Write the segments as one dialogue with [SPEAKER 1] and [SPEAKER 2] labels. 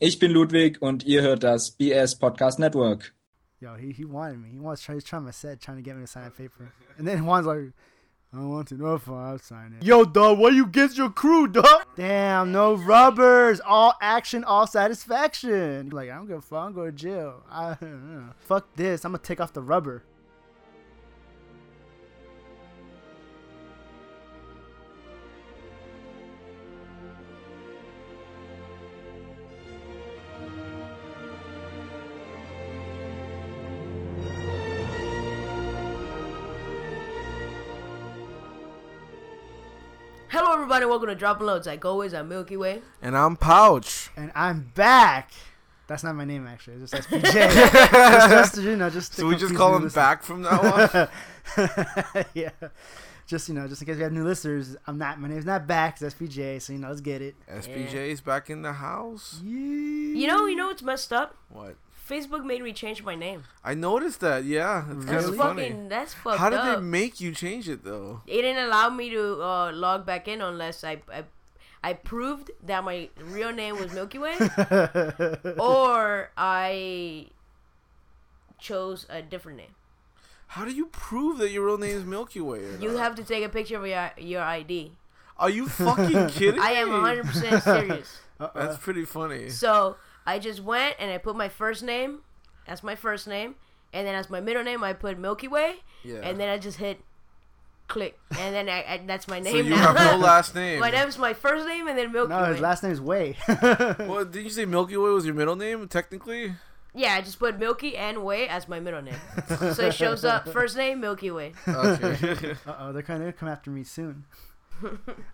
[SPEAKER 1] Ich bin Ludwig und ihr hört das BS Podcast Network.
[SPEAKER 2] Yo, he, he wanted me. He was trying, he's trying my set, trying to get me to sign a paper. And then Juan's like, I don't want to know if I'll sign it.
[SPEAKER 3] Yo, dog, where you get your crew, dog?
[SPEAKER 2] Damn, no rubbers. All action, all satisfaction. Like, I don't give a fuck. I'm going to jail. I, fuck this. I'm going to take off the rubber.
[SPEAKER 4] Hello, everybody. Welcome to Dropping Loads. Like always, I'm Milky Way.
[SPEAKER 3] And I'm Pouch.
[SPEAKER 2] And I'm back. That's not my name, actually. It's just SPJ. just, just, you know, just to
[SPEAKER 3] So we just
[SPEAKER 2] confuse
[SPEAKER 3] call
[SPEAKER 2] new
[SPEAKER 3] him
[SPEAKER 2] listeners.
[SPEAKER 3] back from now on?
[SPEAKER 2] yeah. Just, you know, just in case we have new listeners, I'm not, my name's not back. It's SPJ. So, you know, let's get it.
[SPEAKER 3] SPJ's back in the house.
[SPEAKER 4] You know, you know what's messed up?
[SPEAKER 3] What?
[SPEAKER 4] Facebook made me change my name.
[SPEAKER 3] I noticed that, yeah. It's kind
[SPEAKER 4] That's
[SPEAKER 3] of funny.
[SPEAKER 4] fucking. That's fucked
[SPEAKER 3] How did
[SPEAKER 4] up.
[SPEAKER 3] they make you change it, though?
[SPEAKER 4] It didn't allow me to uh, log back in unless I, I I proved that my real name was Milky Way or I chose a different name.
[SPEAKER 3] How do you prove that your real name is Milky Way? or
[SPEAKER 4] You
[SPEAKER 3] not?
[SPEAKER 4] have to take a picture of your your ID.
[SPEAKER 3] Are you fucking kidding
[SPEAKER 4] I am
[SPEAKER 3] me?
[SPEAKER 4] 100% serious.
[SPEAKER 3] That's pretty funny.
[SPEAKER 4] So I just went and I put my first name as my first name, and then as my middle name I put Milky Way,
[SPEAKER 3] Yeah.
[SPEAKER 4] and then I just hit click, and then I, I that's my name
[SPEAKER 3] So you
[SPEAKER 4] now.
[SPEAKER 3] have no last name.
[SPEAKER 4] my name's my first name and then Milky
[SPEAKER 2] No,
[SPEAKER 4] Way.
[SPEAKER 2] his last name's Way.
[SPEAKER 3] Well, did you say Milky Way was your middle name, technically?
[SPEAKER 4] Yeah, I just put Milky and Way as my middle name, so it shows up first name Milky Way.
[SPEAKER 3] Okay.
[SPEAKER 2] Uh oh, they're gonna come after me soon.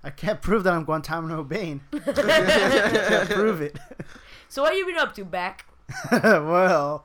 [SPEAKER 2] I can't prove that I'm Guantanamo Bane. can't prove it.
[SPEAKER 4] So what have you been up to back?
[SPEAKER 2] well,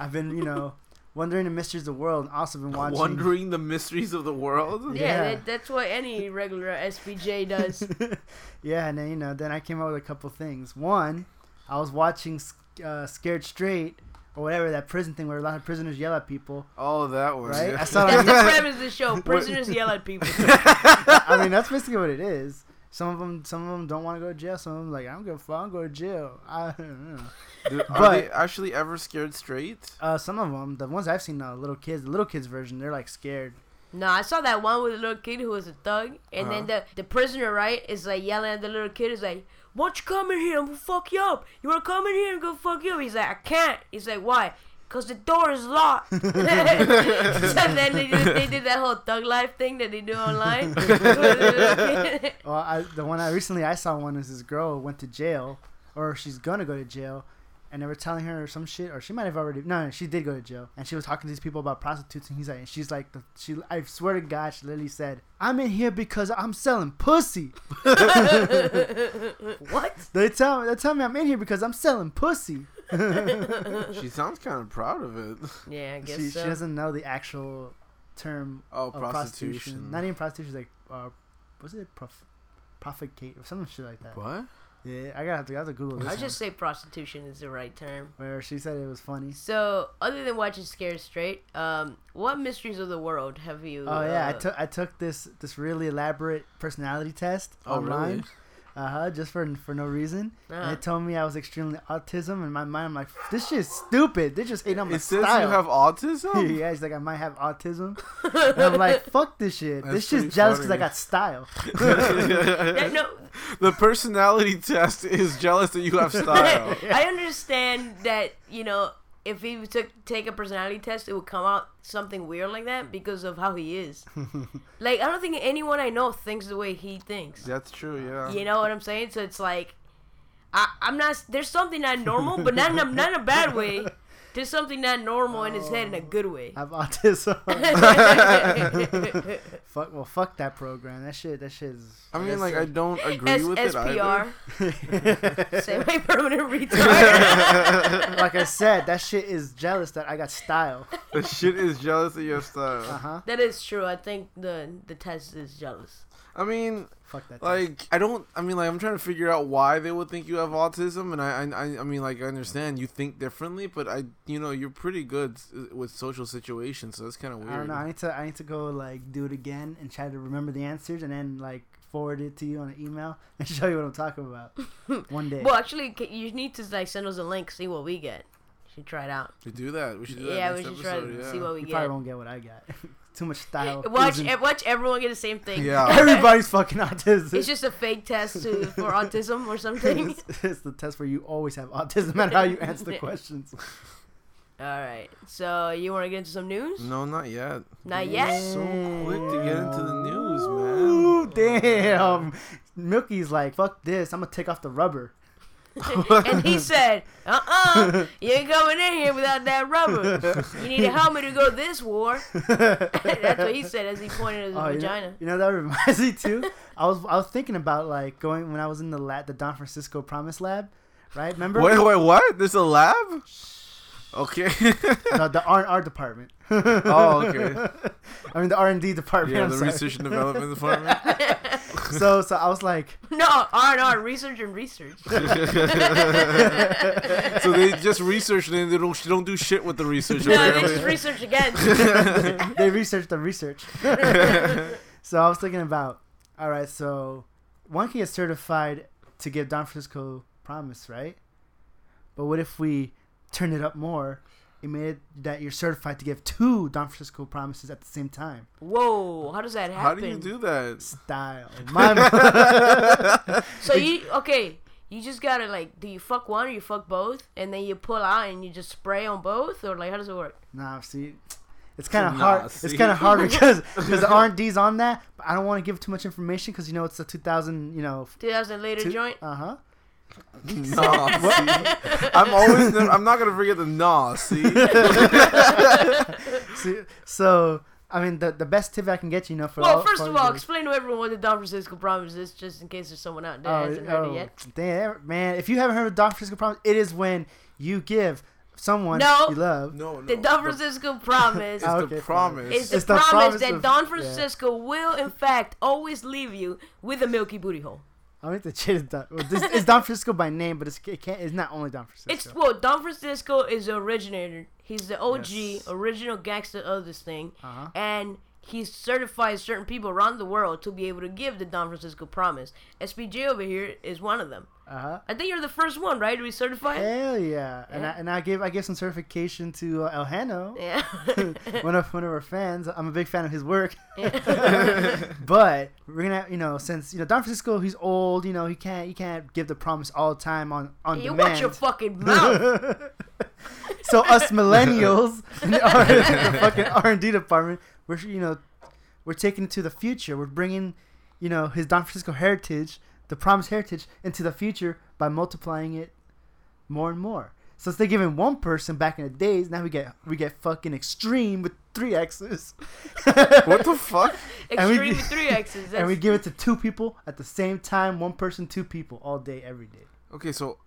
[SPEAKER 2] I've been, you know, wondering the mysteries of the world, and also been watching.
[SPEAKER 3] Wondering the mysteries of the world?
[SPEAKER 4] Yeah,
[SPEAKER 2] Yeah.
[SPEAKER 4] That, that's what any regular SPJ does.
[SPEAKER 2] yeah, and then you know, then I came up with a couple things. One, I was watching uh, Scared Straight or whatever that prison thing where a lot of prisoners yell at people.
[SPEAKER 3] Oh, that one.
[SPEAKER 2] Right? I
[SPEAKER 3] yeah.
[SPEAKER 2] saw it
[SPEAKER 4] That's
[SPEAKER 2] on
[SPEAKER 4] the premise of the show. Prisoners yell at people.
[SPEAKER 2] I mean, that's basically what it is. Some of them, some of them don't want to go to jail. Some of them like, I'm gonna, I'm go to jail. I don't know.
[SPEAKER 3] Dude, are
[SPEAKER 2] But-
[SPEAKER 3] they actually ever scared straight?
[SPEAKER 2] Uh, some of them, the ones I've seen, uh, little kids, the little kids version, they're like scared.
[SPEAKER 4] No, I saw that one with the little kid who was a thug, and then
[SPEAKER 2] Uh-huh.
[SPEAKER 4] the, the prisoner, right, is like yelling at the little kid. Is like, "Why don't you come in here? I'm gonna fuck you up. You wanna come in here and go fuck you?" up?" He's like, "I can't." He's like, "Why?" Cause the door is locked. so then they did, they did that whole thug life thing that they do online.
[SPEAKER 2] Well, I, the one I recently I saw one is this girl went to jail, or she's gonna go to jail, and they were telling her some shit, or she might have already. No, no, she did go to jail, and she was talking to these people about prostitutes, and he's like, and she's like, the, she. I swear to God, she literally said, "I'm in here because I'm selling pussy."
[SPEAKER 4] what?
[SPEAKER 2] They tell me, they tell me I'm in here because I'm selling pussy.
[SPEAKER 3] She sounds kind of proud of it.
[SPEAKER 4] Yeah, I guess
[SPEAKER 2] She,
[SPEAKER 4] so.
[SPEAKER 2] she doesn't know the actual term
[SPEAKER 3] Oh,
[SPEAKER 2] of
[SPEAKER 3] prostitution.
[SPEAKER 2] Not even prostitution, like uh, was it prof, profligate or some shit e- like that?
[SPEAKER 3] What?
[SPEAKER 2] Yeah, I gotta have to, I have to Google this.
[SPEAKER 4] I
[SPEAKER 2] one.
[SPEAKER 4] just say prostitution is the right term.
[SPEAKER 2] where she said it was funny.
[SPEAKER 4] So, other than watching Scared Straight, um, what mysteries of the world have you?
[SPEAKER 2] Oh yeah, I
[SPEAKER 4] uh,
[SPEAKER 2] took I took this this really elaborate personality test
[SPEAKER 3] Oh,
[SPEAKER 2] online.
[SPEAKER 3] really?
[SPEAKER 2] Uh huh. Just for for no reason. And
[SPEAKER 4] Uh-huh.
[SPEAKER 2] it told me I was extremely autism. In my mind, I'm like, this shit's stupid. They just hate on my
[SPEAKER 3] It says
[SPEAKER 2] style.
[SPEAKER 3] you have autism?
[SPEAKER 2] yeah, he's like, I might have autism. and I'm like, fuck this shit.
[SPEAKER 3] That's
[SPEAKER 2] this
[SPEAKER 3] pretty
[SPEAKER 2] shit's jealous because I
[SPEAKER 3] funny.
[SPEAKER 2] got style.
[SPEAKER 4] Yeah, no,
[SPEAKER 3] The personality test is jealous that you have style.
[SPEAKER 4] I understand that you know if he took take a personality test, it would come out something weird like that because of how he is. like I don't think anyone I know thinks the way he thinks.
[SPEAKER 3] That's true, yeah.
[SPEAKER 4] You know what I'm saying? So it's like I, I'm not. There's something not normal, but not in a, not in a bad way. There's something not normal in his head in a
[SPEAKER 3] Oh.
[SPEAKER 4] good way.
[SPEAKER 2] I have autism.
[SPEAKER 4] SPR.
[SPEAKER 2] fuck. Well, fuck that program. That shit. That shit is.
[SPEAKER 3] I mean, like, I don't agree with it either.
[SPEAKER 4] Say my permanent retard.
[SPEAKER 2] like I said, that shit is jealous that I got style.
[SPEAKER 3] The shit is jealous that you have style.
[SPEAKER 2] Huh?
[SPEAKER 4] that is true. I think the the test is jealous.
[SPEAKER 3] I mean,
[SPEAKER 2] Fuck that.
[SPEAKER 3] like, I don't. I mean, like, I'm trying to figure out why they would think you have autism, and I, I, I- I mean, like, I understand you think differently, but I, you know, you're pretty good s- with social situations, so that's kind of weird.
[SPEAKER 2] I don't know. I need to. I need to go like do it again and try to remember the answers, and then like forward it to you on an email and show you what I'm talking about one day.
[SPEAKER 4] Well, actually, c- you need to like send us a link, see what we get. We should try it out.
[SPEAKER 3] We do that. We should do that.
[SPEAKER 4] Yeah, we
[SPEAKER 3] next
[SPEAKER 4] should try
[SPEAKER 3] episode,
[SPEAKER 4] to
[SPEAKER 3] yeah.
[SPEAKER 4] see what we
[SPEAKER 2] you
[SPEAKER 4] get.
[SPEAKER 2] probably won't get what I got. Too much style.
[SPEAKER 4] Watch,
[SPEAKER 2] isn't-
[SPEAKER 4] e- watch everyone get the same thing.
[SPEAKER 3] Yeah.
[SPEAKER 2] everybody's fucking autistic.
[SPEAKER 4] It's just a fake test to, for autism or something.
[SPEAKER 2] it's, it's the test where you always have autism, no matter how you answer the
[SPEAKER 4] Yeah.
[SPEAKER 2] questions.
[SPEAKER 4] All right. So you want to get into some news?
[SPEAKER 3] No, not yet.
[SPEAKER 4] Not yet.
[SPEAKER 3] So quick to get into the news, man.
[SPEAKER 2] Ooh, damn. Milky's like, fuck this. I'm gonna take off the rubber.
[SPEAKER 4] and he said, "Uh uh you ain't coming in here without that rubber. You need a helmet to go this war." That's what he said as he pointed at his
[SPEAKER 2] Oh, you Oh, know-
[SPEAKER 4] vagina.
[SPEAKER 2] You know, that reminds me too. I was I was thinking about like going when I was in the lab, the Don Francisco Promise Lab, right? Remember
[SPEAKER 3] Wait, wait, what? There's a lab? Okay.
[SPEAKER 2] the, the R and R department.
[SPEAKER 3] oh, okay.
[SPEAKER 2] I mean the R and D department.
[SPEAKER 3] Yeah,
[SPEAKER 2] I'm
[SPEAKER 3] the
[SPEAKER 2] sorry.
[SPEAKER 3] research and development department.
[SPEAKER 2] So so I was like,
[SPEAKER 4] No, R and R, research and research.
[SPEAKER 3] so they just research and they don't, they don't do shit with the research.
[SPEAKER 4] No,
[SPEAKER 3] apparently.
[SPEAKER 4] this is research again.
[SPEAKER 2] they researched the research. so I was thinking about, all right, so one can get certified to give Don Francisco promise, right? But what if we turn it up more? It made it that you're certified to give two Don Francisco promises at the same time.
[SPEAKER 4] Whoa, how does that happen?
[SPEAKER 3] How do you do that?
[SPEAKER 2] Style. My
[SPEAKER 4] So you okay? You just gotta like, do you fuck one or you fuck both, and then you pull out and you just spray on both, or like, how does it work?
[SPEAKER 2] nah, see, it's kind of
[SPEAKER 3] Nah,
[SPEAKER 2] hard. It's
[SPEAKER 3] see.
[SPEAKER 2] kind of hard because because the R and D's on that. But I don't want to give too much information because you know it's the 2000. You know,
[SPEAKER 4] Two thousand later joint.
[SPEAKER 2] Uh huh.
[SPEAKER 3] No, I'm always. I'm not gonna forget the nah. See,
[SPEAKER 2] so, so I mean, the the best tip I can get you, you know, for
[SPEAKER 4] Well,
[SPEAKER 2] all,
[SPEAKER 4] first
[SPEAKER 2] for
[SPEAKER 4] of all,
[SPEAKER 2] the-
[SPEAKER 4] explain to everyone what the Don Francisco Promise is, just in case there's someone out there that hasn't heard it yet.
[SPEAKER 2] Oh, damn, man! If you haven't heard of Don Francisco Promise, it is when you give someone
[SPEAKER 4] No.
[SPEAKER 2] you love.
[SPEAKER 3] no, no.
[SPEAKER 4] The Don Francisco Promise
[SPEAKER 3] it's
[SPEAKER 2] Oh,
[SPEAKER 3] the
[SPEAKER 2] okay, fine.
[SPEAKER 3] promise.
[SPEAKER 4] is the,
[SPEAKER 2] It's the
[SPEAKER 4] promise,
[SPEAKER 2] promise
[SPEAKER 4] that
[SPEAKER 2] of-
[SPEAKER 4] Don
[SPEAKER 2] yeah.
[SPEAKER 4] Francisco will, in fact, always leave you with a milky booty hole.
[SPEAKER 2] I think the shit is Don. Well, this, it's Don Francisco by name, but it's, it can't. It's not only Don Francisco.
[SPEAKER 4] It's well, Don Francisco is the originator. He's the OG,
[SPEAKER 2] Yes.
[SPEAKER 4] original gangster of this thing,
[SPEAKER 2] Uh-huh.
[SPEAKER 4] and he certifies certain people around the world to be able to give the Don Francisco Promise. SPJ over here is one of them.
[SPEAKER 2] uh huh.
[SPEAKER 4] I think you're the first one, right? To be certified.
[SPEAKER 2] Hell yeah! And I
[SPEAKER 4] Yeah.
[SPEAKER 2] and I gave I gave some certification to uh, El Hano,
[SPEAKER 4] Yeah.
[SPEAKER 2] one of one of our fans. I'm a big fan of his work.
[SPEAKER 4] yeah.
[SPEAKER 2] but we're gonna you know since you know Don Francisco he's old you know he can't he can't give the promise all the time on on
[SPEAKER 4] you
[SPEAKER 2] demand.
[SPEAKER 4] watch your fucking mouth.
[SPEAKER 2] so us millennials in the, R- the fucking R&D department we're you know we're taking it to the future we're bringing you know his Don Francisco heritage the promised heritage into the future by multiplying it more and more so instead of giving one person back in the days now we get we get fucking extreme with three X's
[SPEAKER 3] what the fuck?
[SPEAKER 2] And we-
[SPEAKER 4] Extreme with three X's. That's,
[SPEAKER 2] and we give it to two people at the same time one person two people all day every day
[SPEAKER 3] Okay, so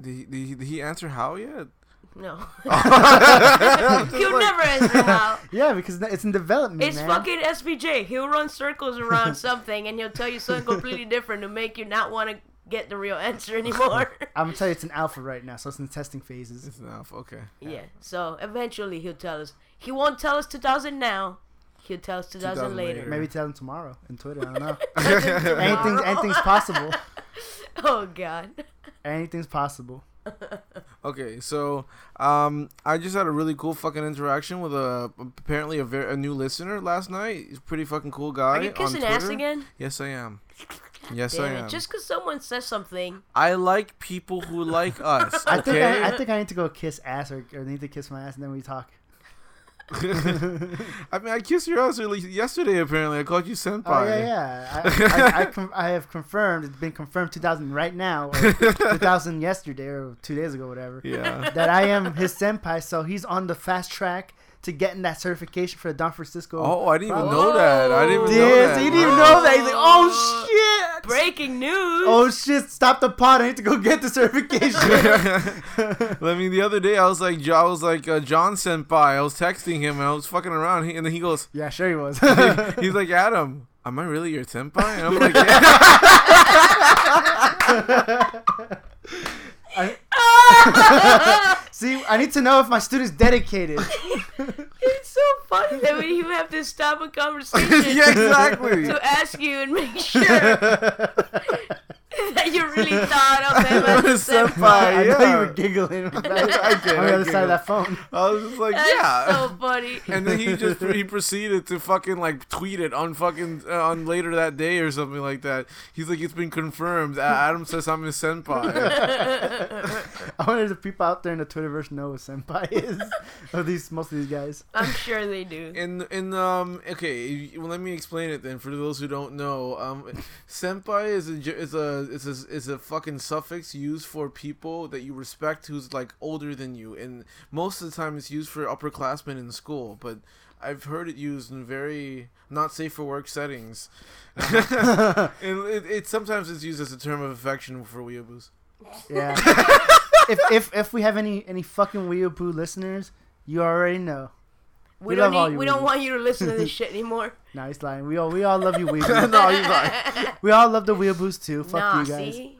[SPEAKER 3] did he, did he, did he answer how yet?
[SPEAKER 4] no.
[SPEAKER 3] I'm just
[SPEAKER 4] You'll
[SPEAKER 3] like-
[SPEAKER 4] never answer how.
[SPEAKER 2] yeah because it's in development
[SPEAKER 4] It's
[SPEAKER 2] man.
[SPEAKER 4] fucking SBJ. He'll run circles around something and he'll tell you something completely different to make you not want to get the real answer anymore.
[SPEAKER 2] I'm gonna tell you, it's an alpha right now, so it's in testing phases.
[SPEAKER 3] It's enough. Okay.
[SPEAKER 4] yeah. So eventually he'll tell us. He won't tell us 2000 now. He'll tell us 2000,
[SPEAKER 3] 2000
[SPEAKER 4] later.
[SPEAKER 2] Maybe tell them tomorrow in Twitter. I don't know. Anything,
[SPEAKER 4] Tomorrow.
[SPEAKER 2] anything's possible.
[SPEAKER 4] Oh god.
[SPEAKER 2] Anything's possible.
[SPEAKER 3] Okay, so um, I just had a really cool fucking interaction with a apparently a, ver- a new listener last night. He's a pretty fucking cool guy.
[SPEAKER 4] Are you
[SPEAKER 3] on
[SPEAKER 4] kissing ass
[SPEAKER 3] Twitter.
[SPEAKER 4] again?
[SPEAKER 3] Yes, I am. Yes, I
[SPEAKER 4] Damn
[SPEAKER 3] am.
[SPEAKER 4] it. Just because someone says something.
[SPEAKER 3] I like people who like us. Okay?
[SPEAKER 2] I think I, I think I need to go kiss ass or, or need to kiss my ass and then we talk.
[SPEAKER 3] I mean, I kissed your ass early yesterday. Apparently, I called you senpai.
[SPEAKER 2] Oh yeah, yeah. I, I, I, com- I have confirmed. It's been confirmed 2000 right now, or 2000 yesterday or two days ago, whatever.
[SPEAKER 3] Yeah.
[SPEAKER 2] That I am his senpai, so he's on the fast track to getting that certification for the Don Francisco.
[SPEAKER 3] Oh, I didn't even know that. I didn't even know
[SPEAKER 2] Yeah,
[SPEAKER 3] that.
[SPEAKER 2] so you didn't even
[SPEAKER 3] Wow.
[SPEAKER 2] know that. He's like, oh shit.
[SPEAKER 4] Breaking news.
[SPEAKER 2] Oh shit, stop the pot. I need to go get the certification.
[SPEAKER 3] I mean, the other day I was like, Jo- I was like uh, John Senpai. I was texting him and I was fucking around, He- and then he goes,
[SPEAKER 2] yeah, sure he was.
[SPEAKER 3] he's like, Adam, am I really your senpai? And I'm like, yeah. Oh.
[SPEAKER 2] I- See, I need to know if my student's dedicated.
[SPEAKER 4] It's so funny that when you have to stop a conversation
[SPEAKER 3] yeah, exactly.
[SPEAKER 4] to ask you and make sure that you really thought of him as a
[SPEAKER 2] I
[SPEAKER 4] senpai.
[SPEAKER 2] know you were
[SPEAKER 3] yeah.
[SPEAKER 2] giggling on
[SPEAKER 3] I did,
[SPEAKER 2] the
[SPEAKER 3] I
[SPEAKER 2] other side
[SPEAKER 3] giggled.
[SPEAKER 2] of that phone.
[SPEAKER 3] I was just like,
[SPEAKER 4] That's
[SPEAKER 3] yeah.
[SPEAKER 4] so funny.
[SPEAKER 3] and then he just he proceeded to fucking like tweet it on fucking uh, on later that day or something like that. He's like, it's been confirmed. A- Adam says I'm his senpai.
[SPEAKER 2] I wonder if the people out there in the Twitterverse know what senpai is. Of these, most of these guys.
[SPEAKER 4] I'm sure they do.
[SPEAKER 3] and and um okay, well, let me explain it then for those who don't know. Um, senpai is a j- is a is a is a fucking suffix used for people that you respect who's like older than you, and most of the time it's used for upperclassmen in school, but. I've heard it used in very not safe for work settings. And it, it sometimes it's used as a term of affection for weeaboos.
[SPEAKER 2] Yeah. if, if if we have any any fucking weeaboo listeners, you already know.
[SPEAKER 4] We
[SPEAKER 2] We
[SPEAKER 4] don't
[SPEAKER 2] love all
[SPEAKER 4] need,
[SPEAKER 2] you
[SPEAKER 4] we don't
[SPEAKER 2] weebs.
[SPEAKER 4] want you to listen to this shit anymore.
[SPEAKER 2] Nah, he's lying. We all we all love you
[SPEAKER 3] no,
[SPEAKER 2] weeaboos.
[SPEAKER 3] he's like,
[SPEAKER 2] we all love the weeaboos too. Fuck
[SPEAKER 4] nah,
[SPEAKER 2] you guys.
[SPEAKER 4] see?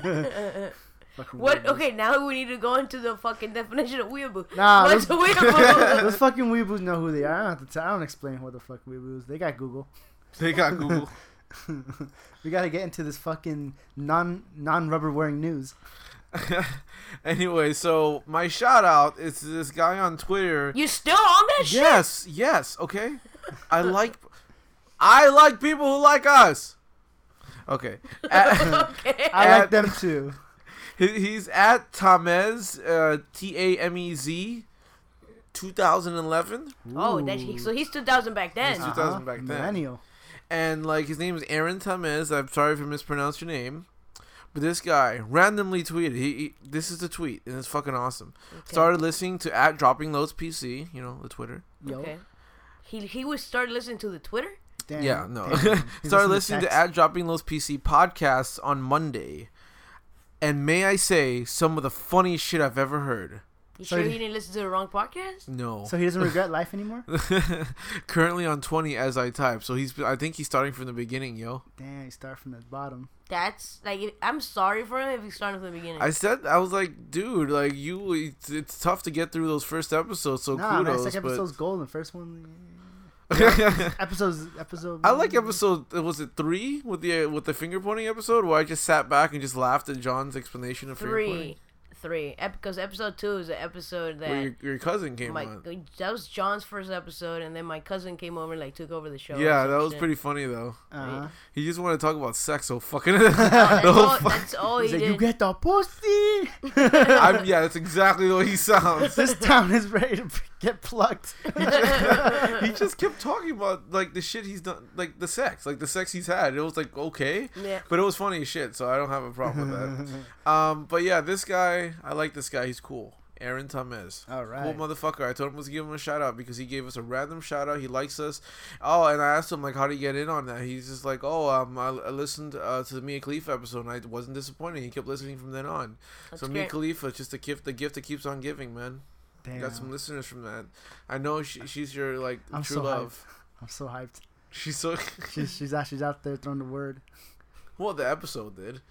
[SPEAKER 2] Fucking
[SPEAKER 4] What?
[SPEAKER 2] weeaboos.
[SPEAKER 4] Okay, now we need to go into the fucking definition of weeaboo.
[SPEAKER 2] Nah,
[SPEAKER 4] What's a
[SPEAKER 2] those-
[SPEAKER 4] weeaboo?
[SPEAKER 2] Those fucking weeaboos know who they are. I don't have to tell. I don't explain what the fuck weeaboos. They got Google.
[SPEAKER 3] they got Google.
[SPEAKER 2] we gotta get into this fucking non non rubber wearing news.
[SPEAKER 3] anyway, so my shout out is to this guy on Twitter.
[SPEAKER 4] you still on that shit?
[SPEAKER 3] Yes, yes, okay. I like, I like people who like us. Okay, At-
[SPEAKER 2] I
[SPEAKER 3] At-
[SPEAKER 2] like them too.
[SPEAKER 3] he- he's at Tamez, uh, T A M E Z, 2011,
[SPEAKER 4] Oh, that he, so he's 2000 back then. Ah,
[SPEAKER 3] He's 2000 back then.
[SPEAKER 2] Millennial.
[SPEAKER 3] and like his name is Aaron Tamez. I'm sorry if I mispronounced your name. But this guy randomly tweeted. He, he this is the tweet, and it's fucking awesome. Started listening to at dropping loads PC, you know the Twitter.
[SPEAKER 2] Yo.
[SPEAKER 4] Okay. He he would start listening to the Twitter.
[SPEAKER 2] Damn.
[SPEAKER 3] yeah, no.
[SPEAKER 2] Damn. He's
[SPEAKER 3] Started listening to
[SPEAKER 2] text.
[SPEAKER 3] at dropping loads PC podcasts on Monday, and may I say some of the funniest shit I've ever heard.
[SPEAKER 4] You
[SPEAKER 2] So
[SPEAKER 4] sure
[SPEAKER 2] he-
[SPEAKER 4] he didn't listen to the wrong podcast?
[SPEAKER 3] No.
[SPEAKER 2] So he doesn't regret life anymore.
[SPEAKER 3] Currently on twenty as I type, so he's. I think he's starting from the beginning, yo.
[SPEAKER 2] Damn, you start from the bottom.
[SPEAKER 4] That's like if- I'm sorry for him if he started from the beginning.
[SPEAKER 3] I said I was like, dude, like you, it's, it's tough to get through those first episodes. So
[SPEAKER 2] Nah, man,
[SPEAKER 3] kudos,
[SPEAKER 2] second
[SPEAKER 3] but
[SPEAKER 2] episode's golden. First one, episodes episode.
[SPEAKER 3] I like episode was it three with the with the finger pointing episode where I just sat back and just laughed at John's explanation of finger
[SPEAKER 4] three,
[SPEAKER 3] pointing
[SPEAKER 4] three. Because episode two is the episode
[SPEAKER 3] where
[SPEAKER 4] that
[SPEAKER 3] your, your cousin came
[SPEAKER 4] my
[SPEAKER 3] on.
[SPEAKER 4] that was John's first episode, and then my cousin came over and like took over the show. or
[SPEAKER 3] Yeah,
[SPEAKER 4] some
[SPEAKER 3] that was
[SPEAKER 4] shit.
[SPEAKER 3] pretty funny though.
[SPEAKER 2] Uh,
[SPEAKER 3] He just wanted to talk about sex, so fucking.
[SPEAKER 4] Oh, That's
[SPEAKER 3] the whole
[SPEAKER 4] all,
[SPEAKER 3] fu-
[SPEAKER 4] that's all he
[SPEAKER 2] he's like,
[SPEAKER 4] did.
[SPEAKER 2] you get the pussy.
[SPEAKER 3] I'm, yeah, that's exactly the way he sounds.
[SPEAKER 2] this town is ready to get plucked.
[SPEAKER 3] he just kept talking about like the shit he's done, like the sex, like the sex he's had. It was like okay,
[SPEAKER 4] Yeah.
[SPEAKER 3] but it was funny as shit, so I don't have a problem with that. um, but yeah, this guy, I like this guy. He's cool. Aaron Tamez.
[SPEAKER 2] All
[SPEAKER 3] Cool
[SPEAKER 2] right.
[SPEAKER 3] motherfucker. I told him let's give him a shout out because he gave us a random shout out. He likes us. Oh, and I asked him like how do you get in on that? He's just like, oh, um, I, I listened uh, to the Mia Khalifa episode and I wasn't disappointed. He kept listening from then on. so Mia
[SPEAKER 4] great.
[SPEAKER 3] Khalifa, is just a gift, the gift that keeps on giving, man.
[SPEAKER 2] Damn.
[SPEAKER 3] Got some listeners from that. I know she, she's your like
[SPEAKER 2] I'm
[SPEAKER 3] true
[SPEAKER 2] so hyped.
[SPEAKER 3] love.
[SPEAKER 2] I'm so hyped.
[SPEAKER 3] She's so
[SPEAKER 2] She's she's out, she's out there throwing the word.
[SPEAKER 3] well. The episode did.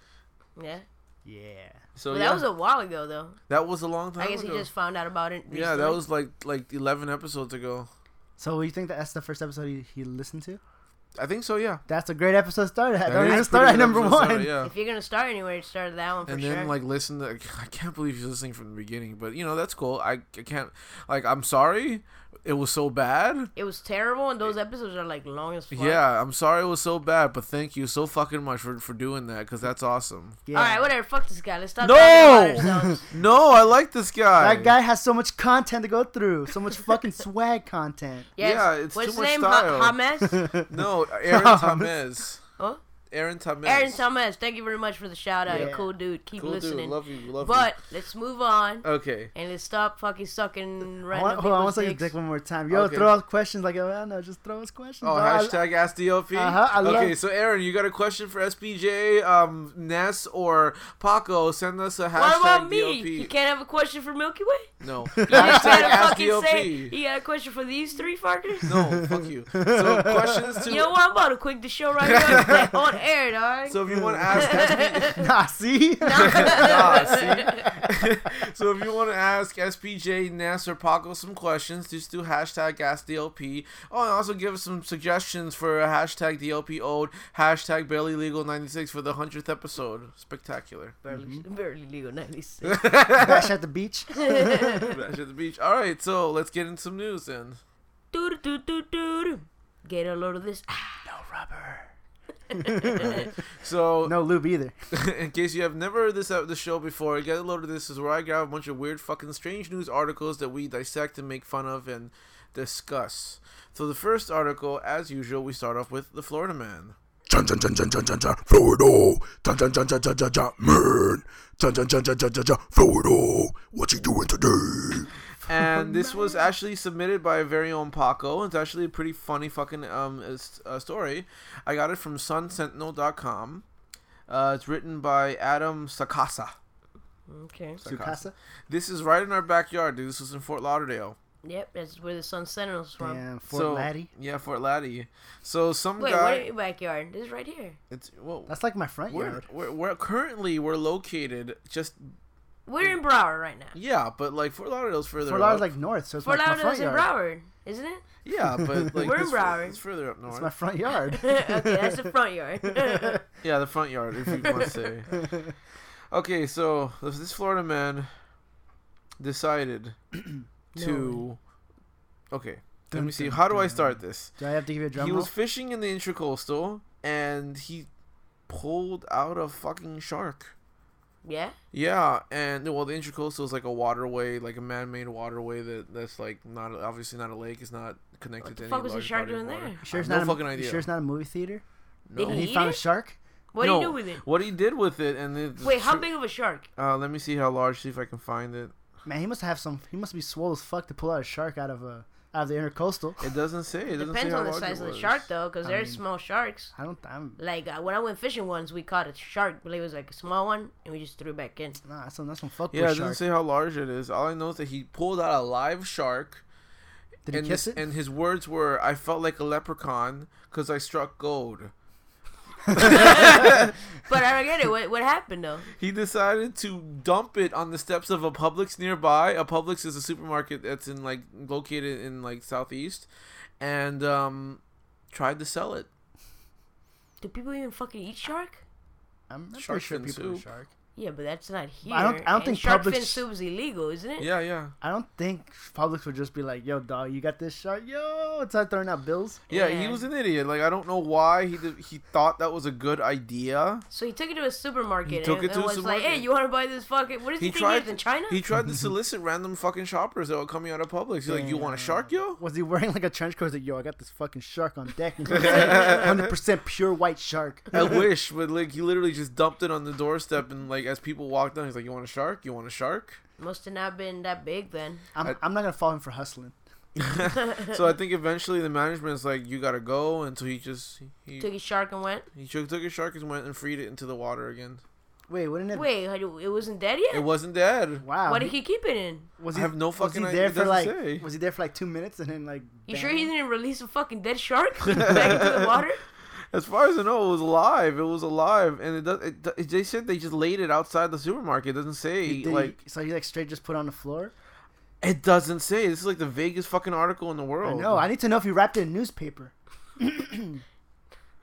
[SPEAKER 4] yeah.
[SPEAKER 2] Yeah.
[SPEAKER 3] So
[SPEAKER 4] Well,
[SPEAKER 3] yeah,
[SPEAKER 4] that was a while ago though.
[SPEAKER 3] a long time
[SPEAKER 4] I guess
[SPEAKER 3] ago.
[SPEAKER 4] he just found out about it.
[SPEAKER 3] yeah, that
[SPEAKER 4] recently.
[SPEAKER 3] was like like eleven episodes ago.
[SPEAKER 2] So you think that that's the first episode he, he listened to?
[SPEAKER 3] I think so. Yeah.
[SPEAKER 2] That's a great episode started. at.
[SPEAKER 3] That
[SPEAKER 2] Don't
[SPEAKER 3] is
[SPEAKER 2] even
[SPEAKER 3] pretty
[SPEAKER 2] start at
[SPEAKER 3] good
[SPEAKER 2] number
[SPEAKER 3] episode,
[SPEAKER 2] one.
[SPEAKER 3] Yeah.
[SPEAKER 4] If you're gonna start anywhere, you started that one for
[SPEAKER 3] uh, and
[SPEAKER 4] sure.
[SPEAKER 3] then like listen to I can't believe he's listening from the beginning, but you know that's cool. I, I can't like I'm sorry it was so bad.
[SPEAKER 4] it was terrible, and those episodes are like long as fuck.
[SPEAKER 3] Yeah, I'm sorry it was so bad, but thank you so fucking much for for doing that because that's awesome.
[SPEAKER 2] Yeah.
[SPEAKER 4] All right, whatever. Fuck this guy. Let's stop.
[SPEAKER 3] No!
[SPEAKER 4] talking about ourselves.
[SPEAKER 3] No, I like this guy.
[SPEAKER 2] That guy has so much content to go through. So much fucking swag content.
[SPEAKER 4] Yes.
[SPEAKER 3] Yeah, it's
[SPEAKER 4] What's
[SPEAKER 3] too
[SPEAKER 4] his name?
[SPEAKER 3] much style.
[SPEAKER 4] Ha- Hames.
[SPEAKER 3] No, Aaron Tamez.
[SPEAKER 4] Huh?
[SPEAKER 3] Aaron Tamez.
[SPEAKER 4] Aaron Thomas. Thank you very much for the shout out. You're a
[SPEAKER 2] Yeah.
[SPEAKER 4] cool dude. Keep
[SPEAKER 3] Cool
[SPEAKER 4] listening.
[SPEAKER 3] dude. Love you. Love
[SPEAKER 4] but let's move on
[SPEAKER 3] you. Okay.
[SPEAKER 4] and let's stop fucking sucking
[SPEAKER 2] I
[SPEAKER 4] random
[SPEAKER 2] want, hold on, I want to
[SPEAKER 4] people's
[SPEAKER 2] suck your
[SPEAKER 4] dicks.
[SPEAKER 2] dick one more time. Yo,
[SPEAKER 3] Okay.
[SPEAKER 2] throw out questions like, oh, I know, just throw us questions.
[SPEAKER 3] Oh,
[SPEAKER 2] bro. I-
[SPEAKER 3] hashtag ask DLP.
[SPEAKER 2] Uh-huh, I love-
[SPEAKER 3] okay, so Aaron, you got a question for SPJ, um, Ness, or Paco? Send us a hashtag
[SPEAKER 4] What about me?
[SPEAKER 3] DLP.
[SPEAKER 4] You can't have a question for Milky Way?
[SPEAKER 3] No.
[SPEAKER 4] You just
[SPEAKER 3] Hashtag
[SPEAKER 4] gotta
[SPEAKER 3] ask
[SPEAKER 4] fucking
[SPEAKER 3] DLP.
[SPEAKER 4] say you got a question for these three fuckers?
[SPEAKER 3] No, fuck you. So questions to
[SPEAKER 4] You know what? I'm about to quit the show right now. Like, on air, dog.
[SPEAKER 3] So if you want to ask SB,
[SPEAKER 2] nah, see?
[SPEAKER 3] nah, see? so if you want to ask SPJ, Ness, or Paco some questions, just do hashtag AskDLP. Oh, and also give us some suggestions for a hashtag DLP ode, hashtag Barely Legal 96 for the 100th episode. Spectacular.
[SPEAKER 4] barely, barely legal 96.
[SPEAKER 2] Bash at the beach.
[SPEAKER 3] Bash at the beach. All right, so let's get into some news then.
[SPEAKER 4] Doo doo doo doo. Get a load of this. Ah,
[SPEAKER 3] No rubber. so
[SPEAKER 2] No lube either.
[SPEAKER 3] in case you have never heard this out of the show before, get a load of this is where I grab a bunch of weird fucking strange news articles that we dissect and make fun of and discuss. So the first article, as usual, we start off with the Florida man.
[SPEAKER 5] Chun chun chun chun chun chun chun Florida. Chun chun chun chun chun chun chun man. Chun chun chun chun chun chun chun Florida. What you doing today?
[SPEAKER 3] And this was actually submitted by our very own Paco. It's actually a pretty funny fucking um is- uh, story. I got it from sunsentinel.com. Uh, it's written by Adam Sakasa.
[SPEAKER 4] Okay.
[SPEAKER 2] Sukasa.
[SPEAKER 3] This is right in our backyard, dude. This was in Fort Lauderdale.
[SPEAKER 4] Yep, that's where the Sun Sentinel's from.
[SPEAKER 2] Damn, Fort
[SPEAKER 3] Um, so,
[SPEAKER 2] Laddie.
[SPEAKER 3] Yeah, Fort Laddie. So some
[SPEAKER 4] Wait,
[SPEAKER 3] guy.
[SPEAKER 4] what your backyard? This is right here.
[SPEAKER 3] It's well,
[SPEAKER 2] That's like my front
[SPEAKER 3] we're,
[SPEAKER 2] yard.
[SPEAKER 3] we're, we're currently we're located just
[SPEAKER 4] We're in Broward right now.
[SPEAKER 3] yeah, but like Fort Lauderdale's further.
[SPEAKER 2] Fort
[SPEAKER 3] up.
[SPEAKER 2] Lauderdale's like north, so it's
[SPEAKER 4] Fort
[SPEAKER 2] like my front
[SPEAKER 4] Lauderdale's in
[SPEAKER 2] yard.
[SPEAKER 4] Broward, isn't it?
[SPEAKER 3] yeah, but like
[SPEAKER 4] We're in
[SPEAKER 3] it's, fur-
[SPEAKER 4] Broward.
[SPEAKER 3] it's further up north.
[SPEAKER 2] It's my front yard.
[SPEAKER 4] okay, that's the front yard.
[SPEAKER 3] Yeah, the front yard, if you want to say. Okay, so this- this Florida man decided to. Okay, let
[SPEAKER 2] Dun,
[SPEAKER 3] me see.
[SPEAKER 2] dun,
[SPEAKER 3] How do I start this?
[SPEAKER 2] Do I have to give you a drum
[SPEAKER 3] He
[SPEAKER 2] roll?
[SPEAKER 3] was fishing in the intracoastal and he pulled out a fucking shark.
[SPEAKER 4] yeah?
[SPEAKER 3] Yeah, and well, the intracoastal is like a waterway, like a man-made waterway that that's like not obviously not a lake. It's not connected
[SPEAKER 4] What
[SPEAKER 3] to
[SPEAKER 4] the
[SPEAKER 3] any.
[SPEAKER 4] fuck was the
[SPEAKER 3] large
[SPEAKER 4] shark
[SPEAKER 3] body of
[SPEAKER 4] doing
[SPEAKER 3] water.
[SPEAKER 4] there? You
[SPEAKER 3] I
[SPEAKER 2] sure
[SPEAKER 3] have
[SPEAKER 2] it's
[SPEAKER 3] no
[SPEAKER 2] not a,
[SPEAKER 3] fucking
[SPEAKER 2] you
[SPEAKER 3] idea.
[SPEAKER 2] sure it's not a movie theater?
[SPEAKER 3] No.
[SPEAKER 4] Did
[SPEAKER 2] And
[SPEAKER 4] he
[SPEAKER 2] he
[SPEAKER 4] eat
[SPEAKER 2] found a
[SPEAKER 4] it?
[SPEAKER 2] shark?
[SPEAKER 4] What do
[SPEAKER 3] no.
[SPEAKER 4] you do with it?
[SPEAKER 3] What he did with it, and it,
[SPEAKER 4] Wait, how big of a shark?
[SPEAKER 3] Uh, let me see how large. See if I can find it.
[SPEAKER 2] Man, he must have some. He must be swole as fuck to pull out a shark out of a out of the intercoastal.
[SPEAKER 3] It doesn't say. It doesn't
[SPEAKER 4] Depends
[SPEAKER 3] say how
[SPEAKER 4] on the
[SPEAKER 3] large
[SPEAKER 4] size
[SPEAKER 3] it
[SPEAKER 4] of the
[SPEAKER 3] was.
[SPEAKER 4] shark, though, because
[SPEAKER 2] I
[SPEAKER 4] there's
[SPEAKER 2] mean-
[SPEAKER 4] small sharks.
[SPEAKER 2] I don't. I'm.
[SPEAKER 4] Like uh, when I went fishing once, we caught a shark, but it was like a small one, and we just threw it back in.
[SPEAKER 2] Nah, that's some. That's some fuck
[SPEAKER 3] Yeah, it
[SPEAKER 2] yeah,
[SPEAKER 3] doesn't
[SPEAKER 2] shark.
[SPEAKER 3] say how large it is. All I know is that he pulled out a live shark,
[SPEAKER 2] Did he
[SPEAKER 3] and
[SPEAKER 2] kiss
[SPEAKER 3] this-
[SPEAKER 2] it?
[SPEAKER 3] and his words were, "I felt like a leprechaun because I struck gold."
[SPEAKER 4] But I don't get it. What, what happened though?
[SPEAKER 3] He decided to dump it on the steps of a Publix nearby. A Publix is a supermarket that's in like located in like southeast, and um, tried to sell it.
[SPEAKER 4] Do people even fucking eat shark?
[SPEAKER 2] I'm not pretty
[SPEAKER 3] shark
[SPEAKER 2] sure
[SPEAKER 3] fin
[SPEAKER 2] people are
[SPEAKER 3] soup.
[SPEAKER 2] shark.
[SPEAKER 4] Yeah, but that's not here.
[SPEAKER 2] I don't- I don't
[SPEAKER 4] and
[SPEAKER 2] think
[SPEAKER 4] shark fin
[SPEAKER 2] Publix-
[SPEAKER 4] soup is illegal, isn't it?
[SPEAKER 3] Yeah, yeah,
[SPEAKER 2] I don't think Publix would just be like, "Yo, dog, you got this shark? Yo, it's not throwing out bills."
[SPEAKER 3] yeah. He
[SPEAKER 4] Yeah.
[SPEAKER 3] was an idiot. Like I don't know why he did, he thought that was a good idea.
[SPEAKER 4] So he took it to a supermarket.
[SPEAKER 3] He
[SPEAKER 4] and,
[SPEAKER 3] took it
[SPEAKER 4] and
[SPEAKER 3] to a
[SPEAKER 4] was like,
[SPEAKER 3] supermarket.
[SPEAKER 4] "Hey, you want to buy this fucking? What does he,
[SPEAKER 3] He
[SPEAKER 4] think
[SPEAKER 3] tried
[SPEAKER 4] he is in China?"
[SPEAKER 3] He tried
[SPEAKER 2] Mm-hmm.
[SPEAKER 3] to solicit random fucking shoppers that were coming out of Publix. He's like, "You want a shark, yo?"
[SPEAKER 2] Was he wearing like a trench coat? He's like, "Yo, I got this fucking shark on deck. Hundred percent pure white shark."
[SPEAKER 3] I wish, but like he literally just dumped it on the doorstep, and like as people walked down, he's like, "You want a shark? You want a shark?"
[SPEAKER 4] Must have not been that big then.
[SPEAKER 2] I'm, I, am i am not gonna follow him for hustling.
[SPEAKER 3] so I think eventually the management is like, "You gotta go," and so he just he
[SPEAKER 4] Took his shark and went.
[SPEAKER 3] he took, took his shark and went and freed it into the water again.
[SPEAKER 2] Wait, wouldn't it?
[SPEAKER 4] Wait, had- it wasn't dead
[SPEAKER 3] It
[SPEAKER 4] yet.
[SPEAKER 3] wasn't dead.
[SPEAKER 2] wow.
[SPEAKER 4] Why did he keep it in?
[SPEAKER 2] was
[SPEAKER 3] I have no fucking
[SPEAKER 2] was he
[SPEAKER 3] idea.
[SPEAKER 2] there
[SPEAKER 3] It
[SPEAKER 2] for like?
[SPEAKER 3] doesn't say.
[SPEAKER 2] Was he there for like two minutes and then like?
[SPEAKER 4] You sure
[SPEAKER 2] bang?
[SPEAKER 4] he didn't release a fucking dead shark back into the water?
[SPEAKER 3] As far as I know, it was alive. It was alive, and it does. It, do- they said they just laid it outside the supermarket. It doesn't say
[SPEAKER 2] Did he-
[SPEAKER 3] like
[SPEAKER 2] so you like straight just put on the floor?
[SPEAKER 3] it doesn't say. This is like the vaguest fucking article in the
[SPEAKER 2] I
[SPEAKER 3] world.
[SPEAKER 2] know. I need to know if you wrapped it in newspaper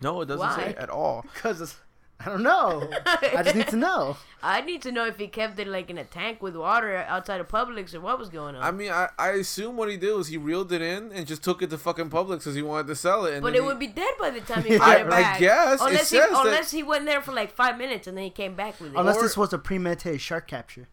[SPEAKER 3] no, it doesn't say
[SPEAKER 4] Why?
[SPEAKER 3] at all.
[SPEAKER 2] because I don't know. I just need to know.
[SPEAKER 4] I need to know if he kept it like in a tank with water outside of Publix or what was going on.
[SPEAKER 3] I mean, I, I assume what he did was he reeled it in and just took it to fucking Publix because he wanted to sell it. And
[SPEAKER 4] but
[SPEAKER 3] then
[SPEAKER 4] it
[SPEAKER 3] he-
[SPEAKER 4] would be dead by the time he got
[SPEAKER 3] I-
[SPEAKER 4] it
[SPEAKER 3] I
[SPEAKER 4] back.
[SPEAKER 3] guess. It
[SPEAKER 4] Unless, he,
[SPEAKER 3] says that-
[SPEAKER 4] unless he went there for like five minutes and then he came back with it.
[SPEAKER 2] Unless
[SPEAKER 3] Or-
[SPEAKER 2] this was a premeditated shark capture.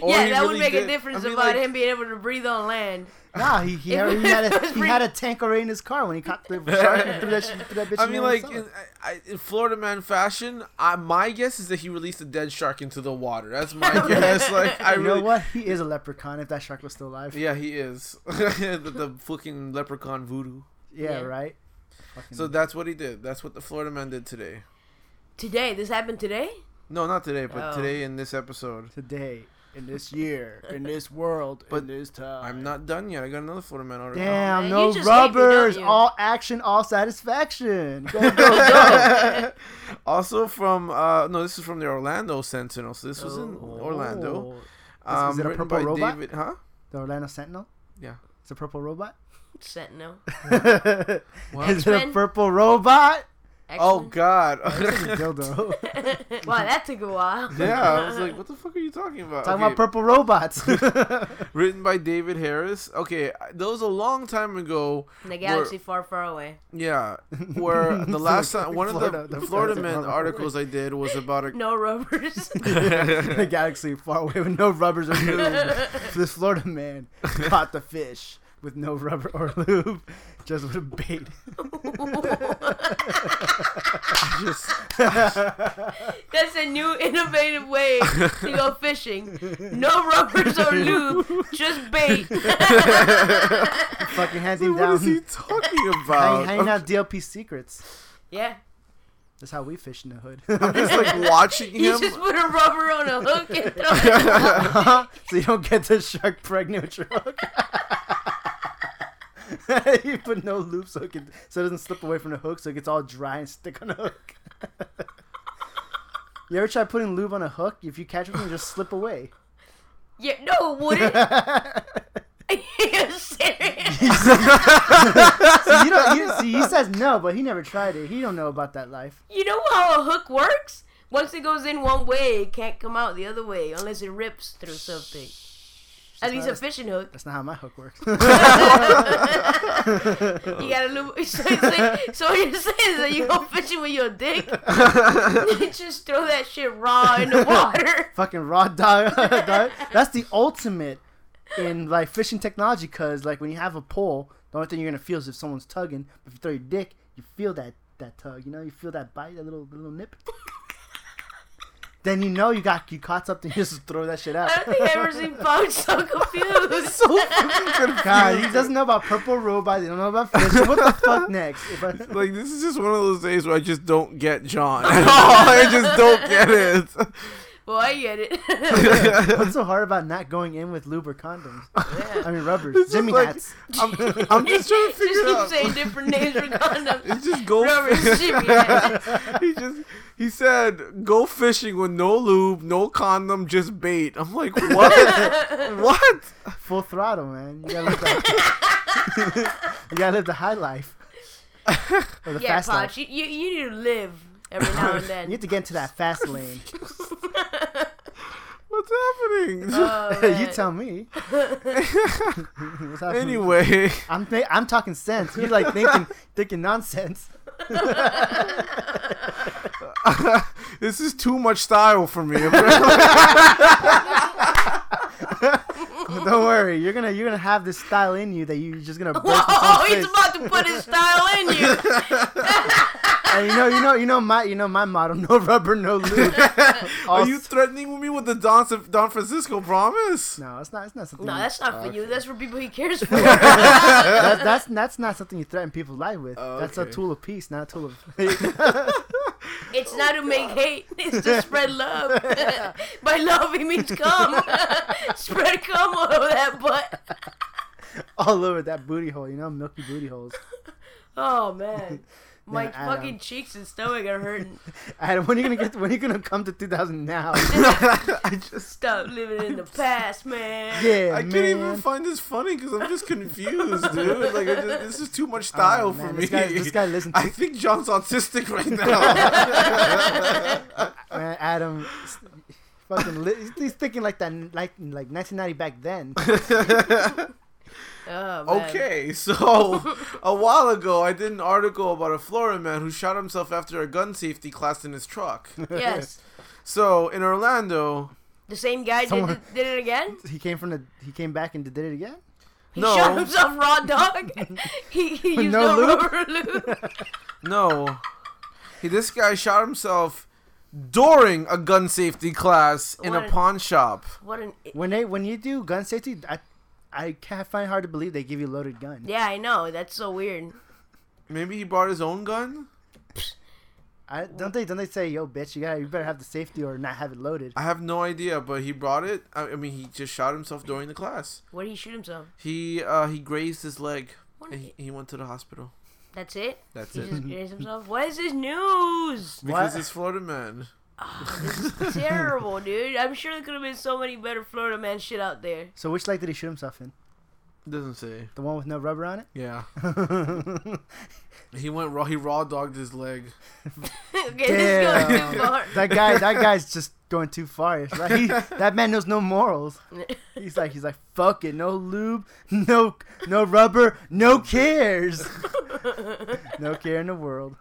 [SPEAKER 3] or
[SPEAKER 4] yeah,
[SPEAKER 3] he
[SPEAKER 4] that would
[SPEAKER 3] really
[SPEAKER 4] make
[SPEAKER 3] did-
[SPEAKER 4] a difference
[SPEAKER 3] I mean,
[SPEAKER 4] about
[SPEAKER 3] like,
[SPEAKER 4] him being able to breathe on land.
[SPEAKER 2] Nah, he he,
[SPEAKER 4] If
[SPEAKER 2] already
[SPEAKER 4] it
[SPEAKER 2] had a,
[SPEAKER 4] was
[SPEAKER 2] he
[SPEAKER 4] pre-
[SPEAKER 2] had a tank already in his car when he caught the shark and threw that, sh- threw that bitch.
[SPEAKER 3] I
[SPEAKER 2] in
[SPEAKER 3] mean,
[SPEAKER 2] there and
[SPEAKER 3] like
[SPEAKER 2] saw
[SPEAKER 3] in,
[SPEAKER 2] it.
[SPEAKER 3] I, in Florida man fashion, I, my guess is that he released a dead shark into the water. That's my guess. Like I
[SPEAKER 2] you
[SPEAKER 3] really,
[SPEAKER 2] know what? He is a leprechaun. If that shark was still alive, yeah,
[SPEAKER 3] yeah, he is the, the fucking leprechaun voodoo.
[SPEAKER 4] Yeah.
[SPEAKER 2] right. Fucking-
[SPEAKER 4] Hmm.
[SPEAKER 3] So that's what he did. That's what the Florida man did today.
[SPEAKER 4] Today, this happened today.
[SPEAKER 3] No, not today, but
[SPEAKER 4] Oh.
[SPEAKER 3] today in this episode.
[SPEAKER 2] today, in this year, in this world,
[SPEAKER 3] But
[SPEAKER 2] in this time.
[SPEAKER 3] I'm not done yet. I got another Florida man article.
[SPEAKER 2] Damn,
[SPEAKER 4] man,
[SPEAKER 2] no
[SPEAKER 4] you just hate me, don't
[SPEAKER 2] rubbers.
[SPEAKER 4] you?
[SPEAKER 2] All action, all satisfaction. Go, go, go.
[SPEAKER 3] Also from uh no, this is from the Orlando Sentinel. So this was in Orlando.
[SPEAKER 2] Oh,
[SPEAKER 3] Um,
[SPEAKER 2] is it a
[SPEAKER 3] written
[SPEAKER 2] purple
[SPEAKER 3] by
[SPEAKER 2] robot?
[SPEAKER 3] David, huh?
[SPEAKER 2] The Orlando Sentinel.
[SPEAKER 3] Yeah.
[SPEAKER 2] It's a purple robot.
[SPEAKER 4] Sentinel.
[SPEAKER 2] is it a
[SPEAKER 4] X-Men?
[SPEAKER 2] purple robot?
[SPEAKER 3] Oh
[SPEAKER 4] X-Men.
[SPEAKER 3] God.
[SPEAKER 2] It's a dildo.
[SPEAKER 4] wow, that took a while.
[SPEAKER 3] yeah, I was like, what the fuck are you talking about?
[SPEAKER 2] Talking
[SPEAKER 3] Okay,
[SPEAKER 2] about purple robots.
[SPEAKER 3] written by David Harris. Okay, I- that was a long time ago.
[SPEAKER 4] In the galaxy far, far away.
[SPEAKER 3] Yeah, where the last time one of
[SPEAKER 2] Florida-
[SPEAKER 3] the,
[SPEAKER 2] the
[SPEAKER 3] the Florida
[SPEAKER 2] Florida-
[SPEAKER 3] Man articles I did was about a
[SPEAKER 4] No rubbers.
[SPEAKER 2] the galaxy far away with no rubbers or lube. this Florida man caught the fish with no rubber or lube, just with a bait.
[SPEAKER 3] just
[SPEAKER 4] That's a new innovative way to go fishing. No rubbers or lube, just bait.
[SPEAKER 2] Fucking hands him
[SPEAKER 3] what is he
[SPEAKER 2] down.
[SPEAKER 3] talking
[SPEAKER 2] Hang-
[SPEAKER 3] about?
[SPEAKER 2] Hanging out DLP secrets.
[SPEAKER 4] yeah.
[SPEAKER 2] That's how we fish in the hood.
[SPEAKER 3] I'm just like watching
[SPEAKER 4] You
[SPEAKER 3] him.
[SPEAKER 4] just put a rubber on a hook and throw it.
[SPEAKER 2] so you don't get the shark pregnant with your hook. you put no loop so it, can, so it doesn't slip away from the hook, so it gets all dry and stick on the hook. you ever try putting lube on a hook? If you catch it, it'll just slip away.
[SPEAKER 4] Yeah, no, it wouldn't. Are you serious?
[SPEAKER 2] So you don't. You, see, he says no, but he never tried it. He don't know about that life.
[SPEAKER 4] You know how a hook works? Once it goes in one way, it can't come out the other way unless it rips through something. At least a fishing hook.
[SPEAKER 2] That's not how my hook works.
[SPEAKER 4] You gotta loop. So, it's like, so what you're saying is that you go fishing with your dick? you just throw that shit raw in the water.
[SPEAKER 2] Fucking raw dog. dog. That's the ultimate in like fishing technology. Cause like when you have a pole, the only thing you're gonna feel is if someone's tugging. If you throw your dick, you feel that that tug. You know, you feel that bite, that little little nip. then you know you got you caught something. You just throw that shit out.
[SPEAKER 4] I don't think I've ever seen Bob so confused.
[SPEAKER 2] God, he doesn't know about purple robots. He don't know about fish. So what the fuck next? If I,
[SPEAKER 3] Like this is just one of those days where I just don't get John at all. I just don't get it.
[SPEAKER 4] well, I get it. yeah.
[SPEAKER 2] What's so hard about not going in with lube or condoms? I mean, rubbers.
[SPEAKER 3] is
[SPEAKER 2] Jimmy
[SPEAKER 3] like-
[SPEAKER 2] hats.
[SPEAKER 3] I'm, I'm just trying to figure
[SPEAKER 4] Just
[SPEAKER 3] it
[SPEAKER 4] keep
[SPEAKER 3] out.
[SPEAKER 4] saying different names for condoms.
[SPEAKER 3] It's just go.
[SPEAKER 4] Rubber
[SPEAKER 3] fi-
[SPEAKER 4] shimmy hats.
[SPEAKER 3] he just he said go fishing with no lube, no condom, just bait. I'm like what? what?
[SPEAKER 2] Full throttle, man. You gotta live the, you gotta live the high life. Or the
[SPEAKER 4] Yeah,
[SPEAKER 2] fast life.
[SPEAKER 4] Podge, you, you, you need to live every now and
[SPEAKER 2] You
[SPEAKER 4] then.
[SPEAKER 2] need to get into that fast lane.
[SPEAKER 3] What's happening?
[SPEAKER 2] Uh,
[SPEAKER 4] Oh,
[SPEAKER 2] you
[SPEAKER 4] man.
[SPEAKER 2] tell me. What's happening?
[SPEAKER 3] anyway,
[SPEAKER 2] I'm th- I'm talking sense. You like thinking thinking nonsense.
[SPEAKER 3] this is too much style for me. apparently.
[SPEAKER 2] Don't worry, you're gonna you're gonna have this style in you that you're just gonna burst
[SPEAKER 4] Whoa,
[SPEAKER 2] into
[SPEAKER 4] he's
[SPEAKER 2] his face.
[SPEAKER 4] about to put his style in you.
[SPEAKER 2] And you know you know you know my you know my motto: no rubber, no lube.
[SPEAKER 3] Are you threatening me with the Don, Don Francisco promise?
[SPEAKER 2] no, it's not. It's not something.
[SPEAKER 4] No,
[SPEAKER 2] you-
[SPEAKER 4] that's not
[SPEAKER 3] Uh,
[SPEAKER 4] for you. That's for people he cares for.
[SPEAKER 2] that, that's that's not something you threaten people's life with.
[SPEAKER 3] Oh,
[SPEAKER 2] That's
[SPEAKER 3] okay.
[SPEAKER 2] a tool of peace, not a tool of.
[SPEAKER 3] Oh,
[SPEAKER 4] It's not to make hate. It's to spread love. By love, he means come. spread come all over that butt.
[SPEAKER 2] all over that booty hole, you know, milky booty holes.
[SPEAKER 4] Oh man, my
[SPEAKER 2] Adam.
[SPEAKER 4] fucking cheeks and stomach are hurting.
[SPEAKER 2] Adam, when are you gonna get? When are you gonna come to 2000 now?
[SPEAKER 3] I just
[SPEAKER 4] Stop living in the past, man.
[SPEAKER 2] Yeah,
[SPEAKER 3] I
[SPEAKER 2] man.
[SPEAKER 3] can't even find this funny because I'm just confused, dude. Like I just, this is too much
[SPEAKER 2] Oh,
[SPEAKER 3] style
[SPEAKER 2] man,
[SPEAKER 3] for me.
[SPEAKER 2] this Guy, this guy listens.
[SPEAKER 3] I think John's autistic right now.
[SPEAKER 2] man, Adam, s- fucking, li- he's- he's thinking like that, like like 1990 back then.
[SPEAKER 4] Oh, man.
[SPEAKER 3] okay, so a while ago I did an article about a Florida man who shot himself after a gun safety class in his truck.
[SPEAKER 4] Yes.
[SPEAKER 3] So in Orlando,
[SPEAKER 4] The same guy did,
[SPEAKER 2] Someone-
[SPEAKER 4] it- did it again.
[SPEAKER 2] He came from the, he came back and did it again.
[SPEAKER 4] He
[SPEAKER 3] No.
[SPEAKER 4] shot himself raw dog. he, he used
[SPEAKER 2] No
[SPEAKER 4] no,
[SPEAKER 2] lube?
[SPEAKER 4] rubber lube.
[SPEAKER 3] No. He, this guy shot himself during a gun safety class in
[SPEAKER 4] What?
[SPEAKER 3] a pawn shop.
[SPEAKER 4] What an
[SPEAKER 2] When they, when you do gun safety, I, I can't find it hard to believe they give you a loaded gun.
[SPEAKER 4] yeah, I know. That's so weird.
[SPEAKER 3] Maybe he brought his own gun?
[SPEAKER 2] I don't they, don't they say, yo, bitch, you got, to you better have the safety or not have it loaded.
[SPEAKER 3] I have no idea, but he brought it. I, I mean, he just shot himself during the class.
[SPEAKER 4] Where did he shoot himself?
[SPEAKER 3] He uh, he grazed his leg.
[SPEAKER 4] What?
[SPEAKER 3] And he, he went to the hospital.
[SPEAKER 4] That's it.
[SPEAKER 3] That's
[SPEAKER 4] He
[SPEAKER 3] it.
[SPEAKER 4] just grazed himself. What is this news?
[SPEAKER 3] Because
[SPEAKER 2] What?
[SPEAKER 3] he's Florida man.
[SPEAKER 4] "Ah, this is terrible, dude. I'm sure there could have been so many better Florida man shit out there.
[SPEAKER 2] So which leg did he shoot himself in?
[SPEAKER 3] Doesn't say.
[SPEAKER 2] The one with no rubber on
[SPEAKER 3] Yeah,
[SPEAKER 2] it?
[SPEAKER 3] he went raw. He raw dogged his leg.
[SPEAKER 4] okay, this is going
[SPEAKER 2] Damn.
[SPEAKER 4] too far.
[SPEAKER 2] that guy, that guy's just going too far. It's like he, that man knows no morals. He's like, he's like, fuck it, no lube, no, no rubber, no cares, no care in the world.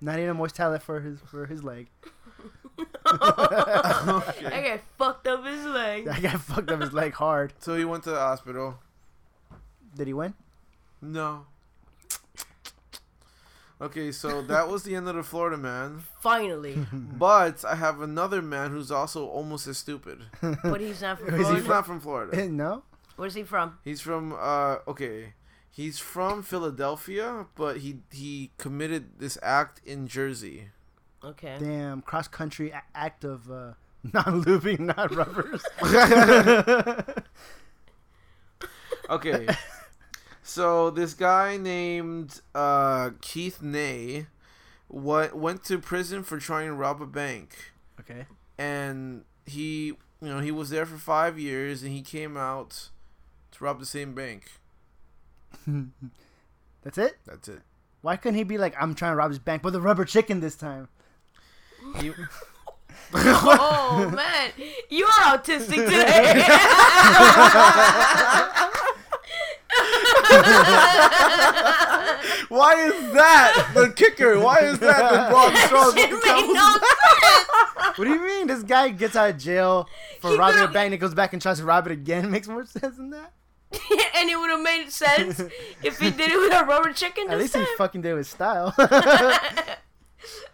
[SPEAKER 2] Not even a moist towel for his for his leg.
[SPEAKER 4] That guy fucked up his leg.
[SPEAKER 2] That guy fucked up his leg hard.
[SPEAKER 3] So he went to the hospital.
[SPEAKER 2] Did he win?
[SPEAKER 3] No. Okay, so that was the end of the Florida man.
[SPEAKER 4] Finally,
[SPEAKER 3] But I have another man who's also almost as stupid.
[SPEAKER 4] but he's not from
[SPEAKER 2] Is he
[SPEAKER 4] Florida.
[SPEAKER 3] He's not from Florida.
[SPEAKER 2] no.
[SPEAKER 4] Where's he from?
[SPEAKER 3] He's from uh okay. He's from Philadelphia, but he he committed this act in Jersey.
[SPEAKER 4] Okay.
[SPEAKER 2] Damn, cross country a- act of uh, not lubing, not rubbers.
[SPEAKER 3] Okay. so this guy named uh Keith Ney what went to prison for trying to rob a bank.
[SPEAKER 2] okay.
[SPEAKER 3] and he you know he was there for five years and he came out to rob the same bank
[SPEAKER 2] That's it.
[SPEAKER 3] that's it
[SPEAKER 2] Why couldn't he be like, I'm trying to rob his bank, but the rubber chicken this time?
[SPEAKER 3] he,
[SPEAKER 4] Oh man, you are autistic today.
[SPEAKER 3] why is that the kicker why is that the broad straw
[SPEAKER 4] It made no
[SPEAKER 2] What do you mean? This guy gets out of jail for
[SPEAKER 4] He
[SPEAKER 2] robbing a
[SPEAKER 4] could've-
[SPEAKER 2] bank and goes back and tries to rob it again. Makes more sense than that.
[SPEAKER 4] and it would have made sense if he did it with a rubber chicken
[SPEAKER 2] At
[SPEAKER 4] this
[SPEAKER 2] least
[SPEAKER 4] time.
[SPEAKER 2] he fucking did it with style.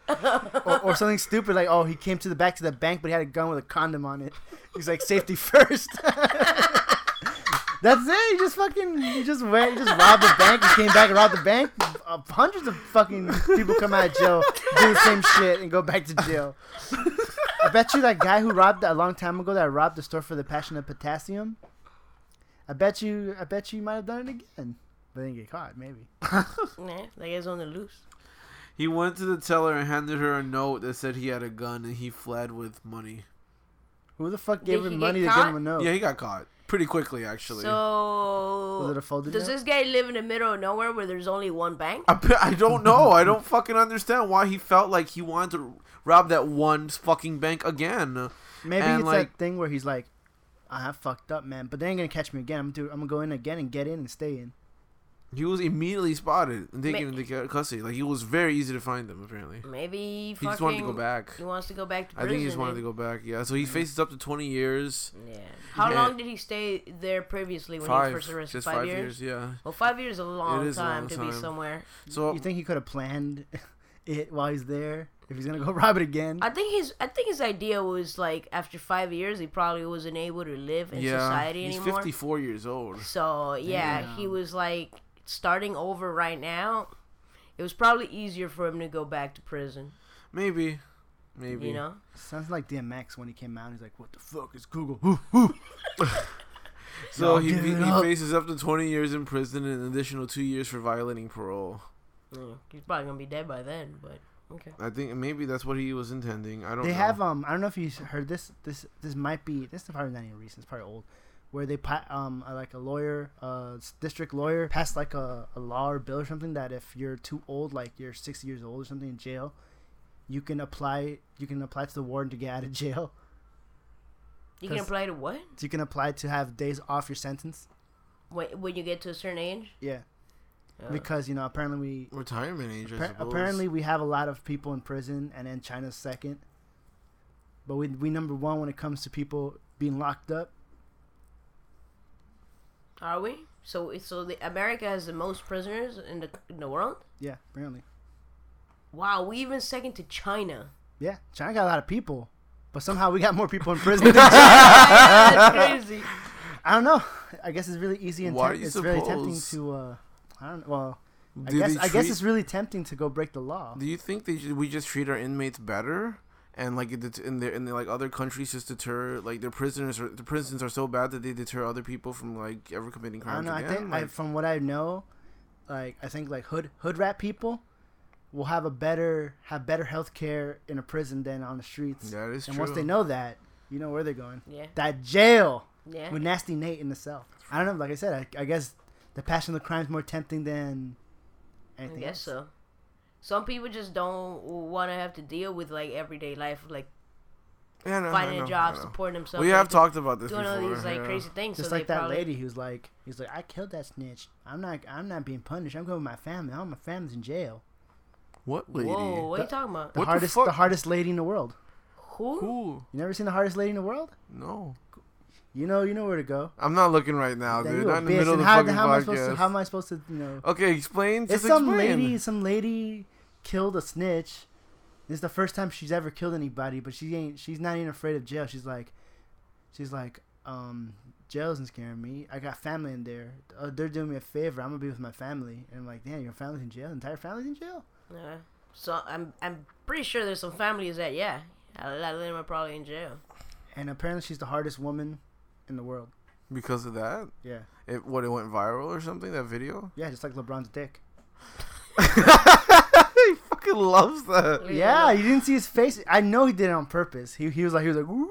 [SPEAKER 2] or, or something stupid like, oh, he came to the back to the bank, but he had a gun with a condom on it. He's like, safety first. That's it. He just fucking, he just went, he just robbed the bank. He came back and robbed the bank. Uh, hundreds of fucking people come out of jail, do the same shit, and go back to jail. I bet you that guy who robbed a long time ago that robbed the store for the passion of potassium. I bet you, I bet you might have done it again, but didn't get caught. Maybe.
[SPEAKER 4] nah, that guy's on the loose.
[SPEAKER 3] he went to the teller and handed her a note that said he had a gun and he fled with money
[SPEAKER 2] Who the fuck gave
[SPEAKER 4] Did he
[SPEAKER 2] him
[SPEAKER 4] get
[SPEAKER 2] money to
[SPEAKER 4] caught?
[SPEAKER 2] give him a note?
[SPEAKER 3] yeah he got caught pretty quickly actually
[SPEAKER 4] So
[SPEAKER 2] Was it a folded
[SPEAKER 4] does
[SPEAKER 2] note?
[SPEAKER 4] this guy live in the middle of nowhere where there's only one bank?
[SPEAKER 3] I, pe- I don't know i don't fucking understand why he felt like he wanted to rob that one fucking bank again
[SPEAKER 2] Maybe
[SPEAKER 3] and,
[SPEAKER 2] it's
[SPEAKER 3] like-
[SPEAKER 2] that thing where he's like, I have fucked up, man, but they ain't gonna catch me again. I'm dude, I'm gonna go in again and get in and stay in.
[SPEAKER 3] he was immediately spotted and taken
[SPEAKER 4] Ma-
[SPEAKER 3] into cu- custody like it was very easy to find him apparently
[SPEAKER 4] Maybe he
[SPEAKER 3] He
[SPEAKER 4] fucking.
[SPEAKER 3] just wanted to go back.
[SPEAKER 4] He wants to go back to
[SPEAKER 3] I
[SPEAKER 4] prison.
[SPEAKER 3] think he just wanted to go back. Yeah, so he
[SPEAKER 2] Mm-hmm.
[SPEAKER 3] faces up to 20 years.
[SPEAKER 4] Yeah. How
[SPEAKER 3] Yeah.
[SPEAKER 4] long did he stay there previously when he
[SPEAKER 3] Five,
[SPEAKER 4] was first arrested?
[SPEAKER 3] just
[SPEAKER 4] Five, years?
[SPEAKER 3] Yeah.
[SPEAKER 4] Well, five years is a long
[SPEAKER 3] is a
[SPEAKER 4] time
[SPEAKER 3] long
[SPEAKER 4] to be
[SPEAKER 3] time.
[SPEAKER 4] somewhere.
[SPEAKER 3] So
[SPEAKER 2] You think he could have planned it while he's there? If he's gonna go rob it again?
[SPEAKER 4] I think his I think his idea was like after five years he probably wasn't able to live in
[SPEAKER 3] yeah,
[SPEAKER 4] society
[SPEAKER 3] he's
[SPEAKER 4] anymore.
[SPEAKER 3] 54 years old.
[SPEAKER 4] So yeah, he was like starting over right now. It was probably easier for him to go back to prison.
[SPEAKER 3] Maybe, maybe.
[SPEAKER 4] You know,
[SPEAKER 2] Sounds like DMX when he came out. He's like, what the fuck is Google? Who, who?
[SPEAKER 3] So
[SPEAKER 2] Y'all
[SPEAKER 3] he,
[SPEAKER 2] give
[SPEAKER 3] he,
[SPEAKER 2] it
[SPEAKER 3] he
[SPEAKER 2] up.
[SPEAKER 3] faces up to 20 years in prison and an additional two years for violating parole.
[SPEAKER 4] Mm, he's probably gonna be dead by then. But okay,
[SPEAKER 3] I think maybe that's what he was intending. I don't.
[SPEAKER 2] They
[SPEAKER 3] know.
[SPEAKER 2] have um, I don't know if you heard this. This this might be this is probably not even recent. It's probably old. Where they pa- um uh, like a lawyer, uh s- district lawyer passed like a, a law or bill or something that if you're too old, like you're sixty years old or something in jail, you can apply you can apply to the warden to get out of jail.
[SPEAKER 4] you can
[SPEAKER 2] 'Cause-
[SPEAKER 4] apply to what
[SPEAKER 2] So you can apply to have days off your sentence.
[SPEAKER 4] when, when you get to a certain age.
[SPEAKER 2] Yeah,
[SPEAKER 4] Uh,
[SPEAKER 2] because you know apparently we
[SPEAKER 3] retirement age. I
[SPEAKER 2] Appar-
[SPEAKER 3] suppose.
[SPEAKER 2] apparently we have a lot of people in prison and then China's second. But we we number one when it comes to people being locked up.
[SPEAKER 4] are we? So it's- so the, America has the most prisoners in the in the world.
[SPEAKER 2] Yeah, apparently.
[SPEAKER 4] Wow, we even second to China.
[SPEAKER 2] Yeah, China got a lot of people, but somehow we got more people in prison. than China.
[SPEAKER 4] That's crazy.
[SPEAKER 2] I don't know. I guess it's really easy and temp-
[SPEAKER 3] Why do you
[SPEAKER 2] it's really tempting
[SPEAKER 3] suppose?
[SPEAKER 2] to. Uh, I don't. Well, I
[SPEAKER 3] Do
[SPEAKER 2] guess
[SPEAKER 3] they
[SPEAKER 2] I guess
[SPEAKER 3] treat-
[SPEAKER 2] it's really tempting to go break the law.
[SPEAKER 3] Do you think they ju- we just treat our inmates better? And like it det- in their in the, like other countries, just deter like their prisoners or the prisons are so bad that they deter other people from like ever committing
[SPEAKER 2] I don't
[SPEAKER 3] crimes
[SPEAKER 2] know. I
[SPEAKER 3] again.
[SPEAKER 2] think I,
[SPEAKER 3] Like,
[SPEAKER 2] from what I know, like I think like hood hood rat people, will have a better have better health care in a prison than on the streets.
[SPEAKER 3] That is
[SPEAKER 2] and
[SPEAKER 3] true.
[SPEAKER 2] once they know that, you know where they're going.
[SPEAKER 4] Yeah.
[SPEAKER 2] That jail
[SPEAKER 4] Yeah.
[SPEAKER 2] with nasty Nate in the cell. I don't know. Like I said, I, I guess the passion of the crime is more tempting than
[SPEAKER 4] I
[SPEAKER 2] anything.
[SPEAKER 4] guess
[SPEAKER 2] else.
[SPEAKER 4] so. Some people just don't want to have to deal with like everyday life, like
[SPEAKER 3] Yeah, no,
[SPEAKER 4] finding
[SPEAKER 3] no,
[SPEAKER 4] a
[SPEAKER 3] no,
[SPEAKER 4] job,
[SPEAKER 3] no.
[SPEAKER 4] supporting themselves.
[SPEAKER 3] We
[SPEAKER 4] like,
[SPEAKER 3] have talked about this
[SPEAKER 4] doing
[SPEAKER 3] before.
[SPEAKER 4] all these like
[SPEAKER 3] yeah.
[SPEAKER 4] crazy things.
[SPEAKER 2] Just
[SPEAKER 4] so
[SPEAKER 2] like
[SPEAKER 4] they
[SPEAKER 2] that
[SPEAKER 4] probably,
[SPEAKER 2] lady who's like, he's like, I killed that snitch. I'm not, I'm not being punished. I'm going with my family. All my family's in jail.
[SPEAKER 3] What lady?
[SPEAKER 4] Whoa, what are
[SPEAKER 2] The-
[SPEAKER 4] you talking about?
[SPEAKER 2] The
[SPEAKER 3] What the
[SPEAKER 2] hardest,
[SPEAKER 3] fuck?
[SPEAKER 2] the hardest lady in the world.
[SPEAKER 4] Who?
[SPEAKER 3] Who?
[SPEAKER 2] You never seen the hardest lady in the world?
[SPEAKER 3] No,
[SPEAKER 2] You know, you know where to go.
[SPEAKER 3] I'm not looking right now,
[SPEAKER 2] Then
[SPEAKER 3] Oh, dude.
[SPEAKER 2] you a
[SPEAKER 3] Not in the
[SPEAKER 2] bitch.
[SPEAKER 3] middle of
[SPEAKER 2] And
[SPEAKER 3] the
[SPEAKER 2] how,
[SPEAKER 3] fucking
[SPEAKER 2] how am I supposed to?
[SPEAKER 3] podcast.
[SPEAKER 2] How am I supposed to? You know,
[SPEAKER 3] Okay, explain.
[SPEAKER 2] it's
[SPEAKER 3] Just
[SPEAKER 2] some
[SPEAKER 3] explain.
[SPEAKER 2] lady. Some lady killed a snitch. This is the first time she's ever killed anybody, but she ain't. She's not even afraid of jail. She's like, she's like, um, jail isn't scaring me. I got family in there. Uh, they're doing me a favor. I'm gonna be with my family. And I'm like, damn, your family's in jail. Entire family's in jail.
[SPEAKER 4] Yeah. So I'm I'm pretty sure there's some families that yeah, a lot of them are probably in jail.
[SPEAKER 2] And apparently, she's the hardest woman in the world.
[SPEAKER 3] Because of that,
[SPEAKER 2] Yeah,
[SPEAKER 3] it what it went viral or something. That video.
[SPEAKER 2] yeah, just like LeBron's dick.
[SPEAKER 3] he fucking loves that.
[SPEAKER 2] Yeah, you didn't see his face. I know he did it on purpose. He he was like he was like. "Woo."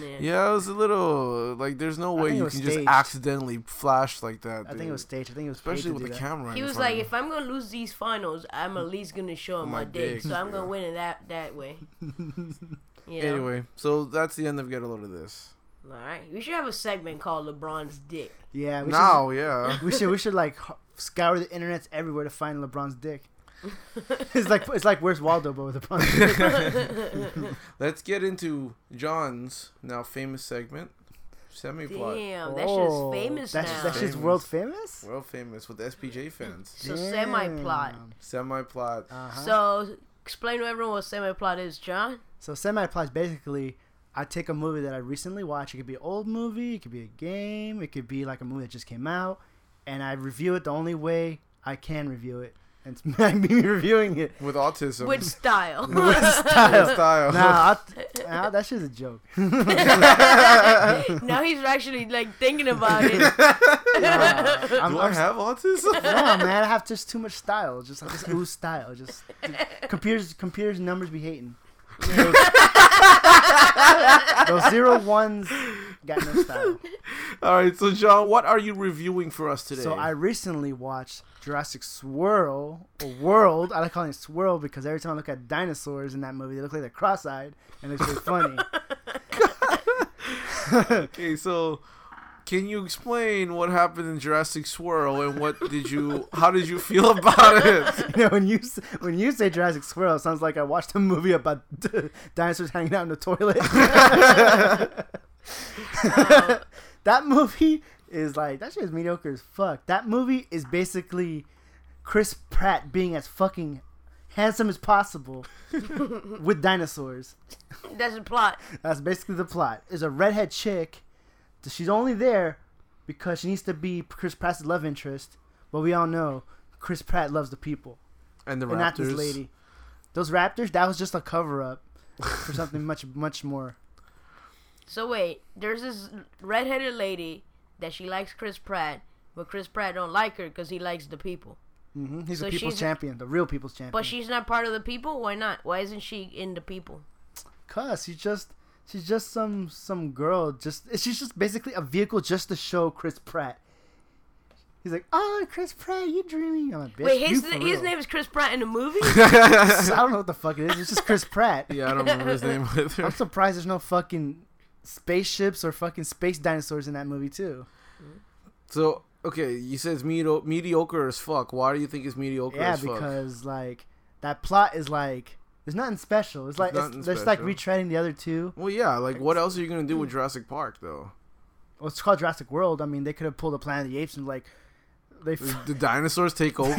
[SPEAKER 4] Yeah.
[SPEAKER 3] Yeah, it was a little like. There's no
[SPEAKER 2] I
[SPEAKER 3] way
[SPEAKER 2] think it
[SPEAKER 3] you can
[SPEAKER 2] was
[SPEAKER 3] just
[SPEAKER 2] staged.
[SPEAKER 3] accidentally flash like that.
[SPEAKER 2] I think
[SPEAKER 3] dude.
[SPEAKER 2] it was staged. I think it was paid
[SPEAKER 3] especially
[SPEAKER 2] to
[SPEAKER 3] with
[SPEAKER 2] do
[SPEAKER 3] the
[SPEAKER 2] that.
[SPEAKER 3] camera.
[SPEAKER 4] He
[SPEAKER 3] in
[SPEAKER 4] was
[SPEAKER 3] front
[SPEAKER 4] like,
[SPEAKER 3] of
[SPEAKER 4] if I'm gonna lose these finals, I'm at least gonna show him
[SPEAKER 3] My
[SPEAKER 4] my, dick,
[SPEAKER 3] dick,
[SPEAKER 4] so I'm
[SPEAKER 3] yeah.
[SPEAKER 4] gonna win it that that way. you know?
[SPEAKER 3] Anyway, so that's the end of get a load of this.
[SPEAKER 4] all right, we should have a segment called LeBron's dick.
[SPEAKER 2] Yeah, we
[SPEAKER 3] Now, yeah.
[SPEAKER 2] should we should we should like h- scour the internets everywhere to find LeBron's dick. it's like it's like where's Waldo but with LeBron's dick.
[SPEAKER 3] Let's get into John's now famous segment, semi plot,
[SPEAKER 4] Damn, that
[SPEAKER 2] Oh,
[SPEAKER 4] shit is famous
[SPEAKER 2] That,
[SPEAKER 4] now.
[SPEAKER 2] shit- that shit's world famous.
[SPEAKER 3] world famous with SPJ fans.
[SPEAKER 4] so semi plot.
[SPEAKER 2] Damn.
[SPEAKER 3] Semi plot.
[SPEAKER 2] Uh-huh. So,
[SPEAKER 4] So explain to everyone what semi plot is, John.
[SPEAKER 2] semi plot is basically I take a movie that I recently watched. It could be an old movie, it could be a game, it could be like a movie that just came out, and I review it the only way I can review it, and it's me reviewing it.
[SPEAKER 3] with autism.
[SPEAKER 4] Which style?
[SPEAKER 2] With
[SPEAKER 3] With
[SPEAKER 2] style.
[SPEAKER 3] style.
[SPEAKER 2] Nah, I'll, nah, that shit's a joke.
[SPEAKER 4] now he's actually like thinking about it.
[SPEAKER 2] Nah, I'm,
[SPEAKER 3] Do i
[SPEAKER 2] I'm-
[SPEAKER 3] have autism?
[SPEAKER 2] no, man, I have just too much style. Just like this ooze style. Just computers, computers, numbers be hating. Those, those zero ones got no style.
[SPEAKER 3] All right, so John, what are you reviewing for us today?
[SPEAKER 2] So I recently watched Jurassic Swirl or World. I like calling it Swirl because every time I look at dinosaurs in that movie, they look like they're cross-eyed and it's really funny.
[SPEAKER 3] okay, so can you explain what happened in Jurassic Swirl and what did you? How did you feel about it?
[SPEAKER 2] You know, when you s- when you say Jurassic Swirl, it sounds like I watched a movie about dinosaurs hanging out in the toilet. that movie is like that shit is mediocre as fuck. That movie is basically Chris Pratt being as fucking handsome as possible with dinosaurs.
[SPEAKER 4] That's the plot.
[SPEAKER 2] That's basically the plot. Is a redhead chick. that She's only there because she needs to be Chris Pratt's love interest. But we all know Chris Pratt loves the people
[SPEAKER 3] And the Raptors.
[SPEAKER 2] and not this lady. Those Raptors, that was just a cover up for something much, much more.
[SPEAKER 4] So wait, there's this redheaded lady that she likes Chris Pratt, but Chris Pratt don't like her because he likes the people.
[SPEAKER 2] hmm He's
[SPEAKER 4] So
[SPEAKER 2] a people's
[SPEAKER 4] she's-
[SPEAKER 2] champion, the real people's champion.
[SPEAKER 4] But she's not part of the people. Why not? Why isn't she in the people?
[SPEAKER 2] cuss. She's just, she's just some, some girl. Just she's just basically a vehicle just to show Chris Pratt. He's like, oh, Chris Pratt, you dreaming? I'm like, bitch,
[SPEAKER 4] wait, his
[SPEAKER 2] you for
[SPEAKER 4] his
[SPEAKER 2] real."
[SPEAKER 4] name is Chris Pratt in the movie.
[SPEAKER 2] I don't know what the fuck it is. It's just Chris Pratt.
[SPEAKER 3] Yeah, I don't remember his name either.
[SPEAKER 2] I'm surprised there's no fucking spaceships or fucking space dinosaurs in that movie too.
[SPEAKER 3] So okay, you said it's medio- mediocre as fuck. Why do you think it's mediocre
[SPEAKER 2] Yeah,
[SPEAKER 3] as fuck?
[SPEAKER 2] because like that plot is like there's nothing special. It's like it's,
[SPEAKER 3] nothing
[SPEAKER 2] there's like
[SPEAKER 3] special.
[SPEAKER 2] retreading the other two.
[SPEAKER 3] Well, yeah, like what else are you gonna do with Jurassic Park though?
[SPEAKER 2] Well, it's called Jurassic World. I mean, they could have pulled a Planet of the Apes and like they f-
[SPEAKER 3] The dinosaurs take over.
[SPEAKER 2] or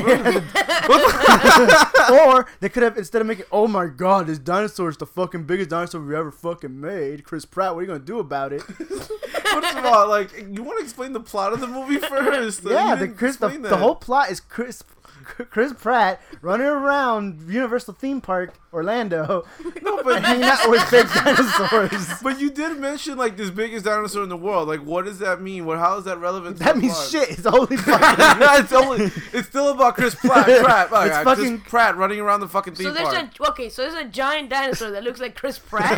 [SPEAKER 2] they could have instead of making oh my god this dinosaur is the fucking biggest dinosaur we ever fucking made. Chris Pratt, what are you gonna do about it?
[SPEAKER 3] First of all, like you want to explain the plot of the movie first.
[SPEAKER 2] yeah,
[SPEAKER 3] You
[SPEAKER 2] the
[SPEAKER 3] didn't
[SPEAKER 2] Chris the,
[SPEAKER 3] explain
[SPEAKER 2] the
[SPEAKER 3] that.
[SPEAKER 2] whole plot is Chris Chris Pratt running around Universal Theme Park, Orlando,
[SPEAKER 3] No, but
[SPEAKER 2] hanging out with big dinosaurs.
[SPEAKER 3] But you did mention like this biggest dinosaur in the world. Like, what does that mean? What? How is that relevant? to
[SPEAKER 2] That
[SPEAKER 3] the
[SPEAKER 2] means
[SPEAKER 3] plot?
[SPEAKER 2] shit. It's only fucking.
[SPEAKER 3] it's, only, it's still about Chris Pratt. Pratt. Oh,
[SPEAKER 2] It's
[SPEAKER 3] yeah,
[SPEAKER 2] fucking-
[SPEAKER 3] Chris Pratt running around the fucking theme
[SPEAKER 4] So there's
[SPEAKER 3] park.
[SPEAKER 4] a okay. So there's a giant dinosaur that looks like Chris Pratt.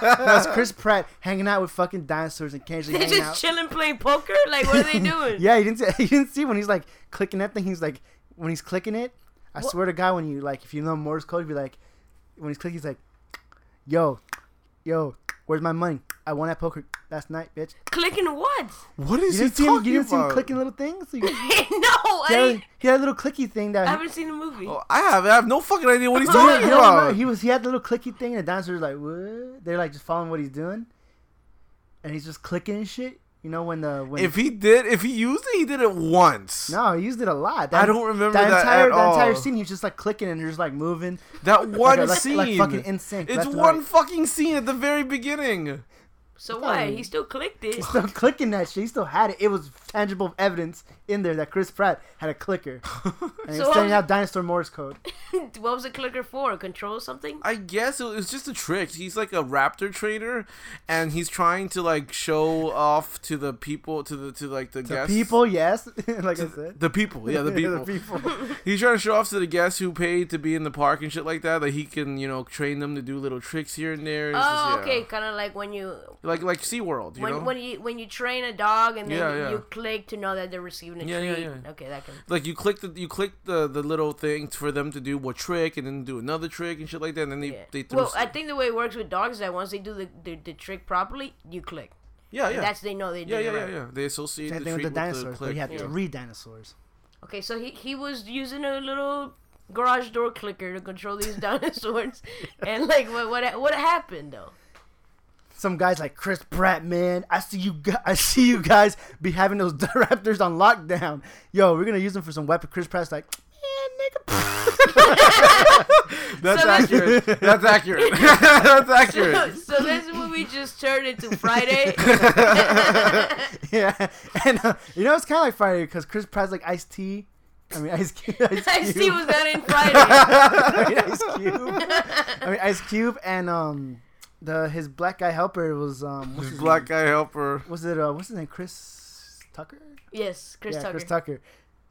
[SPEAKER 2] That's Chris Pratt hanging out with fucking dinosaurs and casually
[SPEAKER 4] They're
[SPEAKER 2] hanging
[SPEAKER 4] just
[SPEAKER 2] out.
[SPEAKER 4] chilling, playing poker. Like what are they doing?
[SPEAKER 2] Yeah, you didn't see, you didn't see when he's like clicking that thing. He's like when he's clicking it. I swear to God, when you like, if you know Morse code, you'd be like, when he's clicking, he's like, "Yo, yo, where's my money? I won at poker last night, bitch."
[SPEAKER 4] Clicking what?
[SPEAKER 3] what is
[SPEAKER 2] You
[SPEAKER 3] he
[SPEAKER 2] didn't see
[SPEAKER 3] talking
[SPEAKER 2] him. You didn't see him
[SPEAKER 3] about?
[SPEAKER 2] clicking little things. So you,
[SPEAKER 4] no,
[SPEAKER 2] he, had,
[SPEAKER 4] I,
[SPEAKER 2] a- he had a little clicky thing that.
[SPEAKER 4] I
[SPEAKER 2] he-
[SPEAKER 4] haven't seen the movie.
[SPEAKER 3] Oh, I have. I have no fucking idea what he's
[SPEAKER 2] You don't-
[SPEAKER 3] talking
[SPEAKER 2] you don't remember?
[SPEAKER 3] about.
[SPEAKER 2] He was. He had the little clicky thing, and the dinosaurs like, "What?" They're like just following what he's doing, and he's just clicking and shit. You know when the when
[SPEAKER 3] If he did, if he used it, he did it once.
[SPEAKER 2] No, he used it a lot.
[SPEAKER 3] I don't remember
[SPEAKER 2] that
[SPEAKER 3] that
[SPEAKER 2] entire
[SPEAKER 3] at
[SPEAKER 2] that entire
[SPEAKER 3] all.
[SPEAKER 2] scene. He's just like clicking and just like moving.
[SPEAKER 3] That one
[SPEAKER 2] like, a- like-
[SPEAKER 3] scene.
[SPEAKER 2] like fucking in sync.
[SPEAKER 3] it's
[SPEAKER 2] left and
[SPEAKER 3] one
[SPEAKER 2] right.
[SPEAKER 3] fucking scene at the very beginning.
[SPEAKER 4] so
[SPEAKER 2] it's
[SPEAKER 4] what?
[SPEAKER 2] not-
[SPEAKER 4] He still clicked it.
[SPEAKER 2] He's still clicking that shit. He still had it. It was tangible evidence in there that Chris Pratt had a clicker, and he
[SPEAKER 4] So
[SPEAKER 2] was sending
[SPEAKER 4] I'm-
[SPEAKER 2] out dinosaur Morse code.
[SPEAKER 4] what was the clicker for? Control something?
[SPEAKER 3] I guess it was just a trick. He's like a raptor trader, and he's trying to like show off to the people, to the to like the, guests.
[SPEAKER 2] People, yes, like I said.
[SPEAKER 3] The people, yeah, the people. He's trying to show off to the guests who paid to be in the park and shit like that. That he can, you know, train them to do little tricks here and there. It's just,
[SPEAKER 4] Oh,
[SPEAKER 3] yeah.
[SPEAKER 4] okay. Kind of like when you
[SPEAKER 3] Like like SeaWorld, you
[SPEAKER 4] when
[SPEAKER 3] know.
[SPEAKER 4] when you when you train a dog and then
[SPEAKER 3] Yeah, yeah.
[SPEAKER 4] you click to know that they're receiving a
[SPEAKER 3] Yeah, yeah,
[SPEAKER 4] treat.
[SPEAKER 3] yeah.
[SPEAKER 4] Okay, that can.
[SPEAKER 3] like you click the you click the the little things for them to do what trick and then do another trick and shit like that. And then they
[SPEAKER 4] Yeah.
[SPEAKER 3] they throw.
[SPEAKER 4] Well, I think the way it works with dogs is that once they do the the, the trick properly, you click.
[SPEAKER 3] Oh, yeah, yeah.
[SPEAKER 4] That's they know they did
[SPEAKER 3] yeah,
[SPEAKER 4] it
[SPEAKER 3] yeah, yeah,
[SPEAKER 4] right.
[SPEAKER 3] yeah. They associate
[SPEAKER 2] Same
[SPEAKER 3] the
[SPEAKER 2] thing with
[SPEAKER 3] treat
[SPEAKER 2] the dinosaurs,
[SPEAKER 3] click.
[SPEAKER 2] but he had
[SPEAKER 3] yeah.
[SPEAKER 2] three dinosaurs.
[SPEAKER 4] Okay, so he he was using a little garage door clicker to control these dinosaurs, and like what what what happened though?
[SPEAKER 2] Some guys like Chris Pratt, man. I see you. gu- I see you guys be having those raptors on lockdown. Yo, we're gonna use them for some weapon. Chris Pratt's like,
[SPEAKER 3] That's
[SPEAKER 4] So that's-
[SPEAKER 3] accurate. That's accurate. That's accurate.
[SPEAKER 4] so this movie just turned into Friday.
[SPEAKER 2] Yeah, and uh, you know it's kind of like Friday because Chris Pratt's like Ice T. I mean Ice Cube. Ice,
[SPEAKER 4] I see
[SPEAKER 2] Cube.
[SPEAKER 4] was not in Friday.
[SPEAKER 2] I mean, Ice Cube. I mean Ice Cube and um the his black guy helper was um what's his
[SPEAKER 3] Black guy helper.
[SPEAKER 2] was it uh what's his name Chris Tucker?
[SPEAKER 4] Yes, Chris
[SPEAKER 2] yeah,
[SPEAKER 4] Tucker.
[SPEAKER 2] Chris Tucker.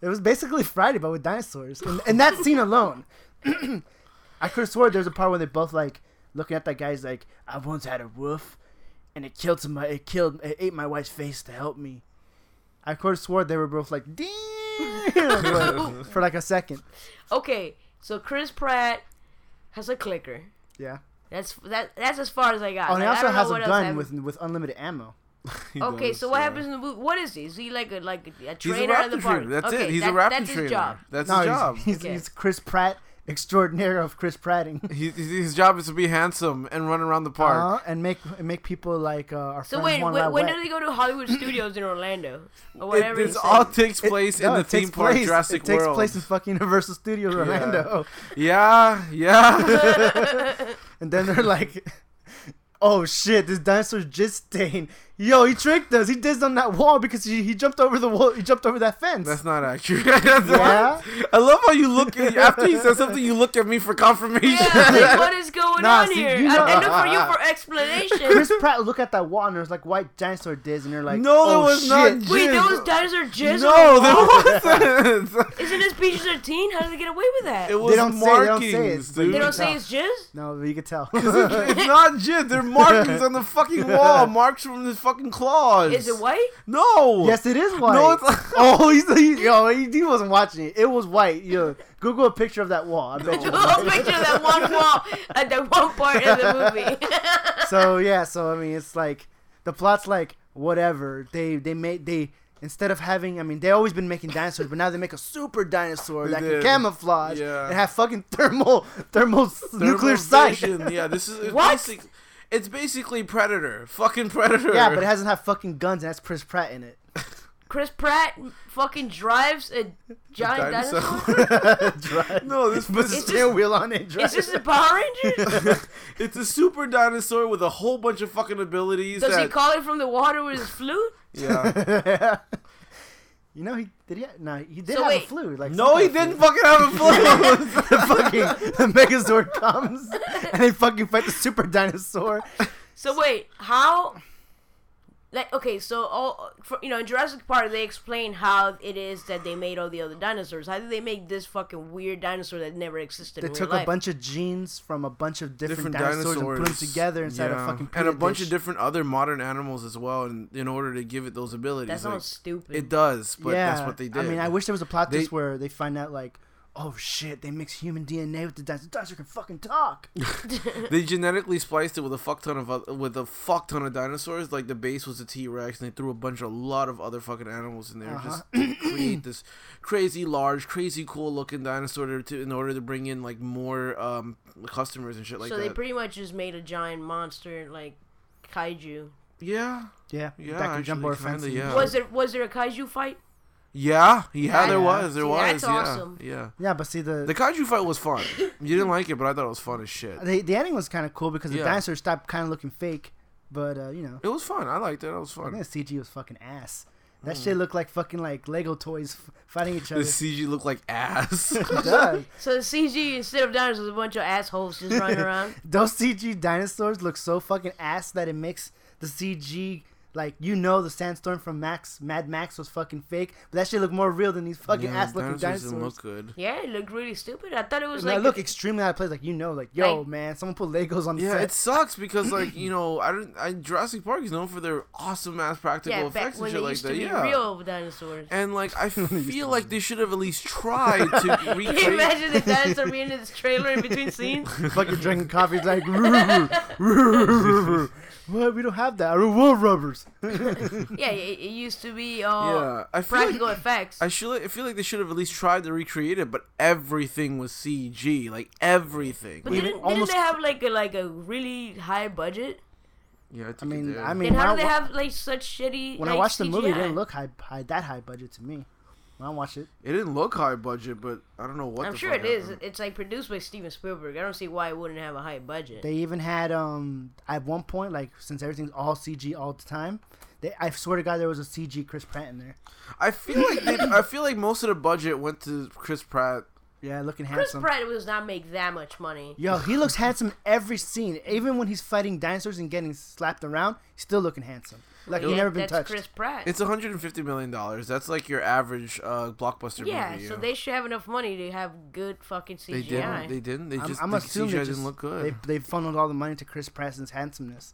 [SPEAKER 2] It was basically Friday but with dinosaurs, and, and that scene alone, I could have swore there's a part where they both like looking at that guy's like I once had a wolf, and it killed my it killed it ate my wife's face to help me. I could have swore they were both like damn for like a second.
[SPEAKER 4] Okay, so Chris Pratt has a clicker.
[SPEAKER 2] Yeah.
[SPEAKER 4] That's that. That's as far as I got.
[SPEAKER 2] Oh, and he also
[SPEAKER 4] Like, I don't know
[SPEAKER 2] has a
[SPEAKER 4] what else
[SPEAKER 2] gun
[SPEAKER 4] happened.
[SPEAKER 2] with with unlimited ammo.
[SPEAKER 3] He
[SPEAKER 4] Okay,
[SPEAKER 3] does,
[SPEAKER 4] so what
[SPEAKER 3] yeah.
[SPEAKER 4] happens in the movie? What is he? Is he like a like a
[SPEAKER 3] He's a
[SPEAKER 4] trainer at the
[SPEAKER 3] raptor
[SPEAKER 4] park?
[SPEAKER 3] trainer. That's
[SPEAKER 4] okay,
[SPEAKER 3] it. He's
[SPEAKER 4] that-
[SPEAKER 3] a raptor
[SPEAKER 4] That's
[SPEAKER 3] trainer.
[SPEAKER 4] his job.
[SPEAKER 3] That's
[SPEAKER 2] No,
[SPEAKER 3] his
[SPEAKER 2] he's,
[SPEAKER 3] job.
[SPEAKER 2] he's,
[SPEAKER 4] Okay.
[SPEAKER 2] he's Chris Pratt extraordinaire of Chris Pratting.
[SPEAKER 3] He- he- his job is to be handsome and run around the park.
[SPEAKER 2] Uh, and make and make people like uh, our
[SPEAKER 4] So
[SPEAKER 2] friends
[SPEAKER 4] wait,
[SPEAKER 2] want
[SPEAKER 4] when,
[SPEAKER 2] that
[SPEAKER 4] when
[SPEAKER 2] wet.
[SPEAKER 4] do they go to Hollywood Studios in Orlando or
[SPEAKER 3] It-
[SPEAKER 4] whatever?
[SPEAKER 3] this
[SPEAKER 4] he
[SPEAKER 3] all
[SPEAKER 4] said?
[SPEAKER 3] takes place in
[SPEAKER 2] no,
[SPEAKER 3] the
[SPEAKER 2] it takes
[SPEAKER 3] theme park
[SPEAKER 2] place-
[SPEAKER 3] Jurassic
[SPEAKER 2] It takes
[SPEAKER 3] World.
[SPEAKER 2] place in fucking Universal Studios Orlando,
[SPEAKER 3] yeah, yeah.
[SPEAKER 2] and then they're like, "Oh shit, this dinosaur's jizz stain. Yo, he tricked us. He jizzed on that wall because he, he jumped over the wall. He jumped over that fence."
[SPEAKER 3] That's not accurate. That's
[SPEAKER 2] Yeah?
[SPEAKER 3] not- I love how you look at, after he says something. You look at me for confirmation.
[SPEAKER 4] yeah, like, what is going
[SPEAKER 2] Nah,
[SPEAKER 4] on
[SPEAKER 2] see,
[SPEAKER 4] here?
[SPEAKER 2] you know-
[SPEAKER 4] I, I
[SPEAKER 3] uh,
[SPEAKER 4] look for you for explanation.
[SPEAKER 2] Chris Pratt looked at that wall and there was like white dinosaur jizz, and they're like,
[SPEAKER 3] No,
[SPEAKER 2] oh,
[SPEAKER 3] it was
[SPEAKER 2] shit.
[SPEAKER 3] not
[SPEAKER 4] wait,
[SPEAKER 3] jizz.
[SPEAKER 4] those dinosaur jizz?
[SPEAKER 3] No, there wasn't.
[SPEAKER 4] Isn't this PG-13? How did they get away with that?
[SPEAKER 3] It was
[SPEAKER 2] don't say- they don't say
[SPEAKER 3] markings,
[SPEAKER 2] it's-
[SPEAKER 3] dude.
[SPEAKER 4] they don't
[SPEAKER 2] No.
[SPEAKER 4] say it's jizz.
[SPEAKER 2] No, but you could tell.
[SPEAKER 3] it's not jizz. They're markings on the fucking wall. Marks from his fucking claws.
[SPEAKER 4] Is it white?
[SPEAKER 3] No.
[SPEAKER 2] Yes, it is white.
[SPEAKER 3] No, it's-
[SPEAKER 2] oh, he's, he, yo, he, he wasn't watching it. It was white. Yo, Google a picture of that wall. I bet you.
[SPEAKER 4] The whole picture of that one wall at that one part of the movie.
[SPEAKER 2] So yeah, so I mean, it's like the plot's like whatever. They they made they instead of having, I mean, they always been making dinosaurs, but now they make a super dinosaur
[SPEAKER 3] They
[SPEAKER 2] that can
[SPEAKER 3] did.
[SPEAKER 2] camouflage
[SPEAKER 3] Yeah.
[SPEAKER 2] and have fucking thermal thermal s- nuclear sight.
[SPEAKER 3] Thermal vision. Yeah, this is it's
[SPEAKER 4] What?
[SPEAKER 3] basic- it's basically Predator. Fucking Predator.
[SPEAKER 2] Yeah, but it hasn't have fucking guns and has Chris Pratt in it.
[SPEAKER 4] Chris Pratt fucking drives a giant
[SPEAKER 3] Dinosaur.
[SPEAKER 4] dinosaur.
[SPEAKER 3] no, this, this
[SPEAKER 2] It's
[SPEAKER 3] is,
[SPEAKER 2] steering wheel on it.
[SPEAKER 4] Is this the Power Rangers?
[SPEAKER 3] it's a super dinosaur with a whole bunch of fucking abilities.
[SPEAKER 4] Does
[SPEAKER 3] that,
[SPEAKER 4] he call it from the water with his flute?
[SPEAKER 3] Yeah.
[SPEAKER 2] yeah. You know he did. He no, he did
[SPEAKER 4] So
[SPEAKER 2] have a
[SPEAKER 4] wait.
[SPEAKER 2] flu. Like
[SPEAKER 3] No, he
[SPEAKER 2] sometimes
[SPEAKER 3] didn't fucking have a flu.
[SPEAKER 2] the fucking the Megazord comes and they fucking fight the super dinosaur.
[SPEAKER 4] So wait, how? Like okay, so all for, you know in Jurassic Park they explain how it is that they made all the other dinosaurs. How did they make this fucking weird dinosaur that never existed?
[SPEAKER 2] They
[SPEAKER 4] in
[SPEAKER 2] took
[SPEAKER 4] real
[SPEAKER 2] a
[SPEAKER 4] life?
[SPEAKER 2] bunch of genes from a bunch of different,
[SPEAKER 3] different
[SPEAKER 2] dinosaurs, and put them
[SPEAKER 3] dinosaurs
[SPEAKER 2] together inside
[SPEAKER 3] Yeah.
[SPEAKER 2] a fucking
[SPEAKER 3] and a
[SPEAKER 2] pita
[SPEAKER 3] bunch
[SPEAKER 2] dish.
[SPEAKER 3] of different other modern animals as well, in, in order to give it those abilities.
[SPEAKER 4] That
[SPEAKER 3] like,
[SPEAKER 4] sounds stupid.
[SPEAKER 3] It does, but that's what they did.
[SPEAKER 2] I mean, I wish there was a plot
[SPEAKER 3] They-
[SPEAKER 2] twist where they find out like, oh shit, they mix human DNA with the dinosaur. Dinosaur can fucking talk.
[SPEAKER 3] they genetically spliced it with a fuck ton of oth- with a fuck ton of dinosaurs. Like the base was a T Rex, and they threw a bunch of lot of other fucking animals in there just to create this crazy large, crazy cool looking dinosaur to- to, in order to bring in like more um, customers and shit like uh,
[SPEAKER 4] so they
[SPEAKER 3] that.
[SPEAKER 4] pretty much just made a giant monster like kaiju.
[SPEAKER 3] yeah,
[SPEAKER 2] Yeah,
[SPEAKER 3] Yeah,
[SPEAKER 2] that can jump
[SPEAKER 3] actually,
[SPEAKER 2] over
[SPEAKER 3] kinda,
[SPEAKER 2] fences.
[SPEAKER 3] yeah.
[SPEAKER 4] Was there was there a kaiju fight?
[SPEAKER 3] yeah, yeah.
[SPEAKER 4] That-
[SPEAKER 3] There was, there was.
[SPEAKER 4] That's
[SPEAKER 3] yeah,
[SPEAKER 4] awesome.
[SPEAKER 3] Yeah.
[SPEAKER 2] Yeah, but see the
[SPEAKER 3] The kaiju fight was fun. You didn't like it, but I thought it was fun as shit.
[SPEAKER 2] the, the ending was kind of cool because the
[SPEAKER 3] Yeah.
[SPEAKER 2] dinosaur stopped kind of looking fake, but uh, you know,
[SPEAKER 3] It was fun. I liked it. It was
[SPEAKER 2] I
[SPEAKER 3] fun.
[SPEAKER 2] think the CG was fucking ass. That shit looked like fucking like Lego toys f- fighting each
[SPEAKER 3] Hmm. The
[SPEAKER 2] other.
[SPEAKER 3] CG looked like ass.
[SPEAKER 2] It does.
[SPEAKER 4] So the CG instead of dinosaurs, was a bunch of assholes just running around.
[SPEAKER 2] Those CG dinosaurs look so fucking ass that it makes the CG like you know the sandstorm from Max Mad Max was fucking fake, but that shit looked more real than these fucking
[SPEAKER 3] Yeah,
[SPEAKER 2] ass looking
[SPEAKER 3] dinosaurs
[SPEAKER 2] dinosaurs.
[SPEAKER 3] didn't look good.
[SPEAKER 4] Yeah, it looked really stupid. I thought it was
[SPEAKER 2] And they
[SPEAKER 4] like
[SPEAKER 2] look extremely out of place. Like you know, like yo
[SPEAKER 4] Like-
[SPEAKER 2] man, someone put Legos on the
[SPEAKER 3] Yeah,
[SPEAKER 2] set.
[SPEAKER 3] it sucks because like you know, I don't. I, Jurassic Park is known for their awesome ass practical
[SPEAKER 4] yeah, back
[SPEAKER 3] effects and
[SPEAKER 4] when
[SPEAKER 3] shit
[SPEAKER 4] they
[SPEAKER 3] like
[SPEAKER 4] used to
[SPEAKER 3] that.
[SPEAKER 4] be
[SPEAKER 3] Yeah,
[SPEAKER 4] real dinosaurs.
[SPEAKER 3] and like I feel like they should have at least tried to
[SPEAKER 4] Can
[SPEAKER 3] recreate.
[SPEAKER 4] you imagine the dinosaur being in this trailer in between scenes?
[SPEAKER 2] fucking drinking coffee. It's like, "Roo, roo, roo, roo, roo." what? We don't have that. We're wool rubbers.
[SPEAKER 4] Yeah, it, it used to be all
[SPEAKER 3] yeah, I feel like,
[SPEAKER 4] practical effects.
[SPEAKER 3] I should. I feel like they should have at least tried to recreate it, but everything was CG. Like everything.
[SPEAKER 4] but
[SPEAKER 2] we
[SPEAKER 4] didn't,
[SPEAKER 2] almost-
[SPEAKER 4] didn't they have like a, like a really high budget?
[SPEAKER 3] yeah, I, think
[SPEAKER 2] I mean,
[SPEAKER 3] it
[SPEAKER 2] I mean,
[SPEAKER 4] Then how
[SPEAKER 2] when I
[SPEAKER 4] do they
[SPEAKER 2] wa-
[SPEAKER 4] have like such shitty?
[SPEAKER 2] when I
[SPEAKER 4] like,
[SPEAKER 2] watched the movie, it
[SPEAKER 4] CGI?
[SPEAKER 2] didn't look high, high that high budget to me. When I watched it,
[SPEAKER 3] it didn't look high budget, but I don't know what.
[SPEAKER 4] I'm
[SPEAKER 3] the
[SPEAKER 4] sure
[SPEAKER 3] fuck
[SPEAKER 4] it is.
[SPEAKER 3] happened.
[SPEAKER 4] It's like produced by Steven Spielberg. I don't see why it wouldn't have a high budget.
[SPEAKER 2] they even had um at one point like since everything's all CG all the time, they I swear to God there was a CG Chris Pratt in there.
[SPEAKER 3] I feel like they, I feel like most of the budget went to Chris Pratt.
[SPEAKER 2] Yeah, looking
[SPEAKER 4] Chris
[SPEAKER 2] handsome.
[SPEAKER 4] Pratt does not make that much money.
[SPEAKER 2] Yo, he looks handsome every scene. Even when he's fighting dinosaurs and getting slapped around, he's still looking handsome. Like he's
[SPEAKER 4] Yeah,
[SPEAKER 2] never been
[SPEAKER 4] that's
[SPEAKER 2] touched.
[SPEAKER 4] Chris Pratt.
[SPEAKER 3] It's 150 million dollars. That's like your average uh, blockbuster
[SPEAKER 4] yeah,
[SPEAKER 3] movie.
[SPEAKER 4] so
[SPEAKER 3] yeah.
[SPEAKER 4] they should have enough money to have good fucking CGI.
[SPEAKER 3] They didn't. They didn't. They
[SPEAKER 2] I'm,
[SPEAKER 3] just
[SPEAKER 2] I'm
[SPEAKER 3] the
[SPEAKER 2] assuming
[SPEAKER 3] CGI
[SPEAKER 2] they just-
[SPEAKER 3] didn't look good.
[SPEAKER 2] They, they funneled all the money to Chris Pratt's handsomeness.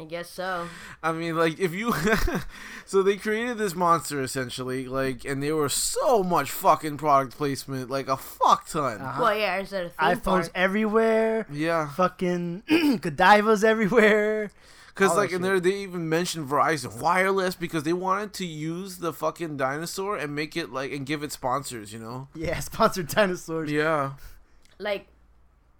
[SPEAKER 4] I guess so.
[SPEAKER 3] I mean, like if you, so they created this monster essentially, like, and there were so much fucking product placement, like a fuck ton.
[SPEAKER 2] Uh-huh.
[SPEAKER 4] Well, yeah, instead of theme
[SPEAKER 2] iPhones
[SPEAKER 4] park.
[SPEAKER 2] everywhere.
[SPEAKER 3] Yeah,
[SPEAKER 2] Fucking cadavers everywhere.
[SPEAKER 3] because
[SPEAKER 2] all
[SPEAKER 3] like
[SPEAKER 2] that
[SPEAKER 3] in
[SPEAKER 2] shit.
[SPEAKER 3] there they even mentioned Verizon wireless because they wanted to use the fucking dinosaur and make it like and give it sponsors, you know?
[SPEAKER 2] Yeah, sponsored dinosaurs.
[SPEAKER 3] Yeah,
[SPEAKER 4] Like,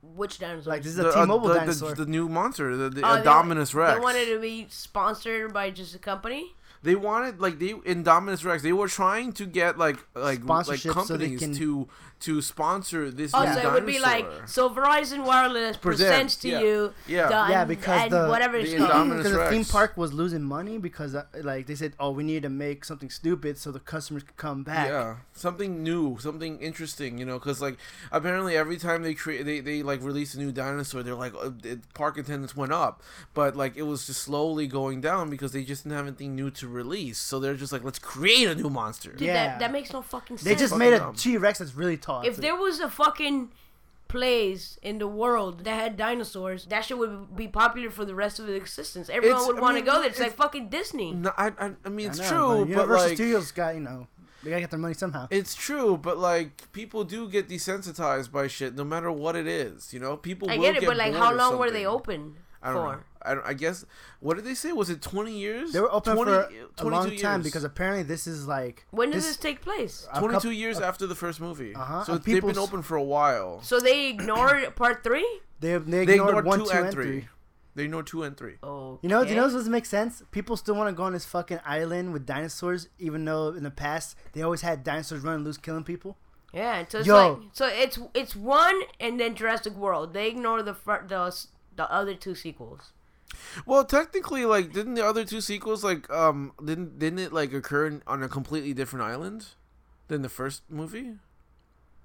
[SPEAKER 4] which dinosaur?
[SPEAKER 2] Like this is a T-Mobile
[SPEAKER 3] the, the-
[SPEAKER 2] dinosaur.
[SPEAKER 3] the new monster, the, the
[SPEAKER 4] Oh, they-
[SPEAKER 3] Indominus Rex.
[SPEAKER 4] They wanted to be sponsored by just a company.
[SPEAKER 3] They wanted like they Indominus Rex. They were trying to get like like like
[SPEAKER 2] Sponsorship so they
[SPEAKER 3] companies
[SPEAKER 2] can-
[SPEAKER 3] to to sponsor this.
[SPEAKER 4] Oh,
[SPEAKER 3] new
[SPEAKER 4] so it would be like
[SPEAKER 3] dinosaur.
[SPEAKER 4] so Verizon Wireless
[SPEAKER 3] Presents,
[SPEAKER 4] presents to
[SPEAKER 3] yeah.
[SPEAKER 4] you.
[SPEAKER 3] Yeah.
[SPEAKER 4] the-
[SPEAKER 2] Yeah, because
[SPEAKER 4] and
[SPEAKER 2] the-
[SPEAKER 4] whatever
[SPEAKER 3] the
[SPEAKER 4] it's
[SPEAKER 3] Indominus
[SPEAKER 4] called.
[SPEAKER 2] because the theme
[SPEAKER 3] Rex.
[SPEAKER 2] park was losing money because uh, like they said, oh, we need to make something stupid so the customers could come back.
[SPEAKER 3] yeah, something new, something interesting, you know, because like apparently every time they create they they like release a new dinosaur, they're like uh, the park attendance went up, but like it was just slowly going down because they just didn't have anything new to release. So they're just like, let's create a new monster.
[SPEAKER 4] Dude,
[SPEAKER 2] Yeah.
[SPEAKER 4] that, that makes no fucking sense.
[SPEAKER 2] They just
[SPEAKER 3] Fucking
[SPEAKER 2] made a
[SPEAKER 3] dumb.
[SPEAKER 2] T Rex that's really tall.
[SPEAKER 4] if there was a fucking place in the world that had dinosaurs, that shit would be popular for the rest of its existence. Everyone
[SPEAKER 3] It's- I
[SPEAKER 4] would want to
[SPEAKER 3] mean,
[SPEAKER 4] go there. It's,
[SPEAKER 3] it's-
[SPEAKER 4] like fucking Disney.
[SPEAKER 3] No, I, I I mean
[SPEAKER 2] I
[SPEAKER 3] it's
[SPEAKER 2] know,
[SPEAKER 3] true, but,
[SPEAKER 2] Universal
[SPEAKER 3] like,
[SPEAKER 2] Studios got you know they gotta get their money somehow.
[SPEAKER 3] It's true, but like people do get desensitized by shit, no matter what it is. You know, people.
[SPEAKER 4] I
[SPEAKER 3] will
[SPEAKER 4] get it, but like,
[SPEAKER 3] bored
[SPEAKER 4] how
[SPEAKER 3] of
[SPEAKER 4] long were they
[SPEAKER 3] something.
[SPEAKER 4] open
[SPEAKER 3] I don't know.
[SPEAKER 4] for?
[SPEAKER 3] I, don't- I guess what did they say? Was it twenty years?
[SPEAKER 2] They were open
[SPEAKER 3] 20
[SPEAKER 2] for a
[SPEAKER 3] 22
[SPEAKER 2] long time
[SPEAKER 3] years.
[SPEAKER 2] because apparently this is like
[SPEAKER 4] When does this take place?
[SPEAKER 2] a
[SPEAKER 3] twenty-two
[SPEAKER 2] couple-
[SPEAKER 3] years after the first movie.
[SPEAKER 2] Uh-huh,
[SPEAKER 3] So
[SPEAKER 2] and
[SPEAKER 3] they've been
[SPEAKER 2] people's-
[SPEAKER 3] open for a while.
[SPEAKER 4] So they ignored part three.
[SPEAKER 2] They they ignored,
[SPEAKER 3] They ignored
[SPEAKER 2] one,
[SPEAKER 3] two, and, three. They ignored two and three.
[SPEAKER 4] Oh,
[SPEAKER 2] You know, you know what doesn't make sense? People still want to go on this fucking island with dinosaurs, even though in the past they always had dinosaurs running loose, killing people.
[SPEAKER 4] Yeah, so it's
[SPEAKER 2] Yo.
[SPEAKER 4] like so it's it's one and then Jurassic World. They ignore the fir- the s- the other two sequels.
[SPEAKER 3] Well, technically, like, didn't the other two sequels like um didn't didn't it like occur in, on a completely different island than the first movie?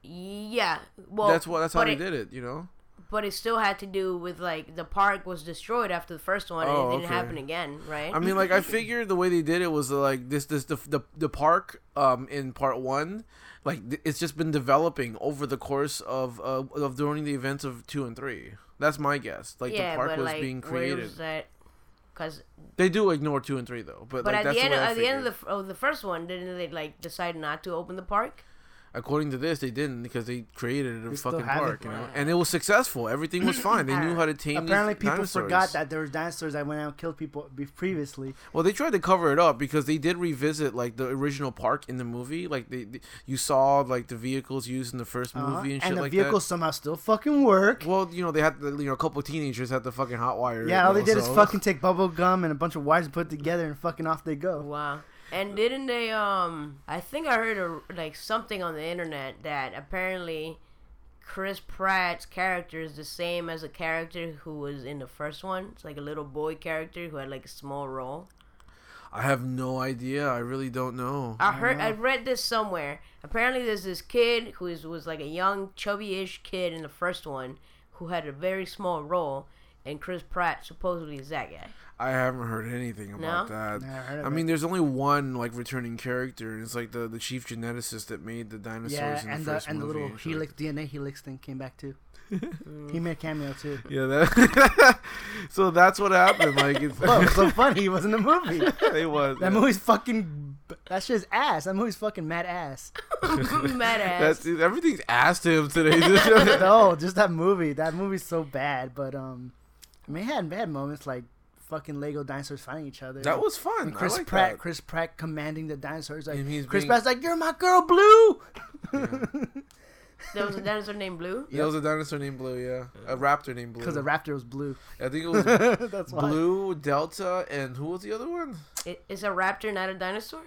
[SPEAKER 4] Yeah. Well,
[SPEAKER 3] that's what that's how
[SPEAKER 4] but
[SPEAKER 3] they did it. You know.
[SPEAKER 4] But it still had to do with like the park was destroyed after the first one,
[SPEAKER 3] Oh,
[SPEAKER 4] and it didn't
[SPEAKER 3] okay.
[SPEAKER 4] happen again, right?
[SPEAKER 3] I mean, like I figured the way they did it was uh, like this, this the the, the park um in part one, like th- it's just been developing over the course of uh, of during the events of two and three. That's my guess. Like the park was being created.
[SPEAKER 4] uh, Because,
[SPEAKER 3] They do ignore two and three though, but,
[SPEAKER 4] but
[SPEAKER 3] like
[SPEAKER 4] at
[SPEAKER 3] that's
[SPEAKER 4] the end,
[SPEAKER 3] the way I
[SPEAKER 4] at the end of
[SPEAKER 3] figured.
[SPEAKER 4] the f- of the first one, didn't they like decide not to open the park?
[SPEAKER 3] According to this, they didn't because they created a
[SPEAKER 2] They still
[SPEAKER 3] fucking
[SPEAKER 2] have it.
[SPEAKER 3] park, you know, and it was successful. Everything was fine. They
[SPEAKER 4] Uh,
[SPEAKER 3] knew how to tame. these
[SPEAKER 2] Apparently, people
[SPEAKER 3] dinosaurs.
[SPEAKER 2] forgot that there were dinosaurs that went out and killed people be- previously.
[SPEAKER 3] Well, they tried to cover it up because they did revisit like the original park in the movie. Like they, they- you saw like the vehicles used in the first
[SPEAKER 2] Uh-huh.
[SPEAKER 3] movie and shit
[SPEAKER 2] the
[SPEAKER 3] like
[SPEAKER 2] vehicles somehow still fucking work.
[SPEAKER 3] that. Well, you know they had the, you know a couple of teenagers had the fucking hot wire.
[SPEAKER 2] yeah,
[SPEAKER 3] it,
[SPEAKER 2] all they
[SPEAKER 3] you
[SPEAKER 2] did
[SPEAKER 3] know,
[SPEAKER 2] is
[SPEAKER 3] so-
[SPEAKER 2] fucking take bubble gum and a bunch of wires and put it together and fucking off they go.
[SPEAKER 4] Wow. And didn't they? Um, I think I heard a, like something on the internet that apparently Chris Pratt's character is the same as a character who was in the first one. It's like a little boy character who had like a small role.
[SPEAKER 3] I have no idea. I really don't know.
[SPEAKER 4] I heard, I read this somewhere. Apparently, there's this kid who is, was like a young, chubby-ish kid in the first one who had a very small role, and Chris Pratt supposedly is that guy.
[SPEAKER 3] I haven't heard anything about
[SPEAKER 4] No?
[SPEAKER 3] that.
[SPEAKER 2] Never heard of
[SPEAKER 3] I mean, there's only one like returning character, and it's like the the chief geneticist that made the
[SPEAKER 2] Yeah,
[SPEAKER 3] dinosaurs. in the
[SPEAKER 2] and the,
[SPEAKER 3] first
[SPEAKER 2] and the
[SPEAKER 3] movie
[SPEAKER 2] little
[SPEAKER 3] and shit like
[SPEAKER 2] helix DNA helix thing came back too. he made a cameo too.
[SPEAKER 3] Yeah, that. so that's what happened. Like it's,
[SPEAKER 2] Oh, it was so funny. He was in the movie.
[SPEAKER 3] it was.
[SPEAKER 2] That movie's fucking. That shit's ass. That movie's fucking mad ass.
[SPEAKER 4] Mad ass.
[SPEAKER 3] That's, everything's asked him today.
[SPEAKER 2] no, just that movie. That movie's so bad. But um, I mean, it had bad moments like fucking Lego dinosaurs fighting each other.
[SPEAKER 3] that was fun.
[SPEAKER 2] Chris
[SPEAKER 3] I like
[SPEAKER 2] Pratt.
[SPEAKER 3] That.
[SPEAKER 2] Chris Pratt commanding the dinosaurs. Like
[SPEAKER 3] And he's
[SPEAKER 2] Chris
[SPEAKER 3] being-
[SPEAKER 2] Pratt's like, "You're my girl, Blue."
[SPEAKER 4] There was a dinosaur named Blue.
[SPEAKER 3] There was a dinosaur named Blue. Yeah, a raptor named Blue.
[SPEAKER 2] Because the raptor was blue.
[SPEAKER 3] I think it was
[SPEAKER 2] That's why.
[SPEAKER 3] Blue Delta, and who was the other one?
[SPEAKER 4] I- Is a raptor not a dinosaur?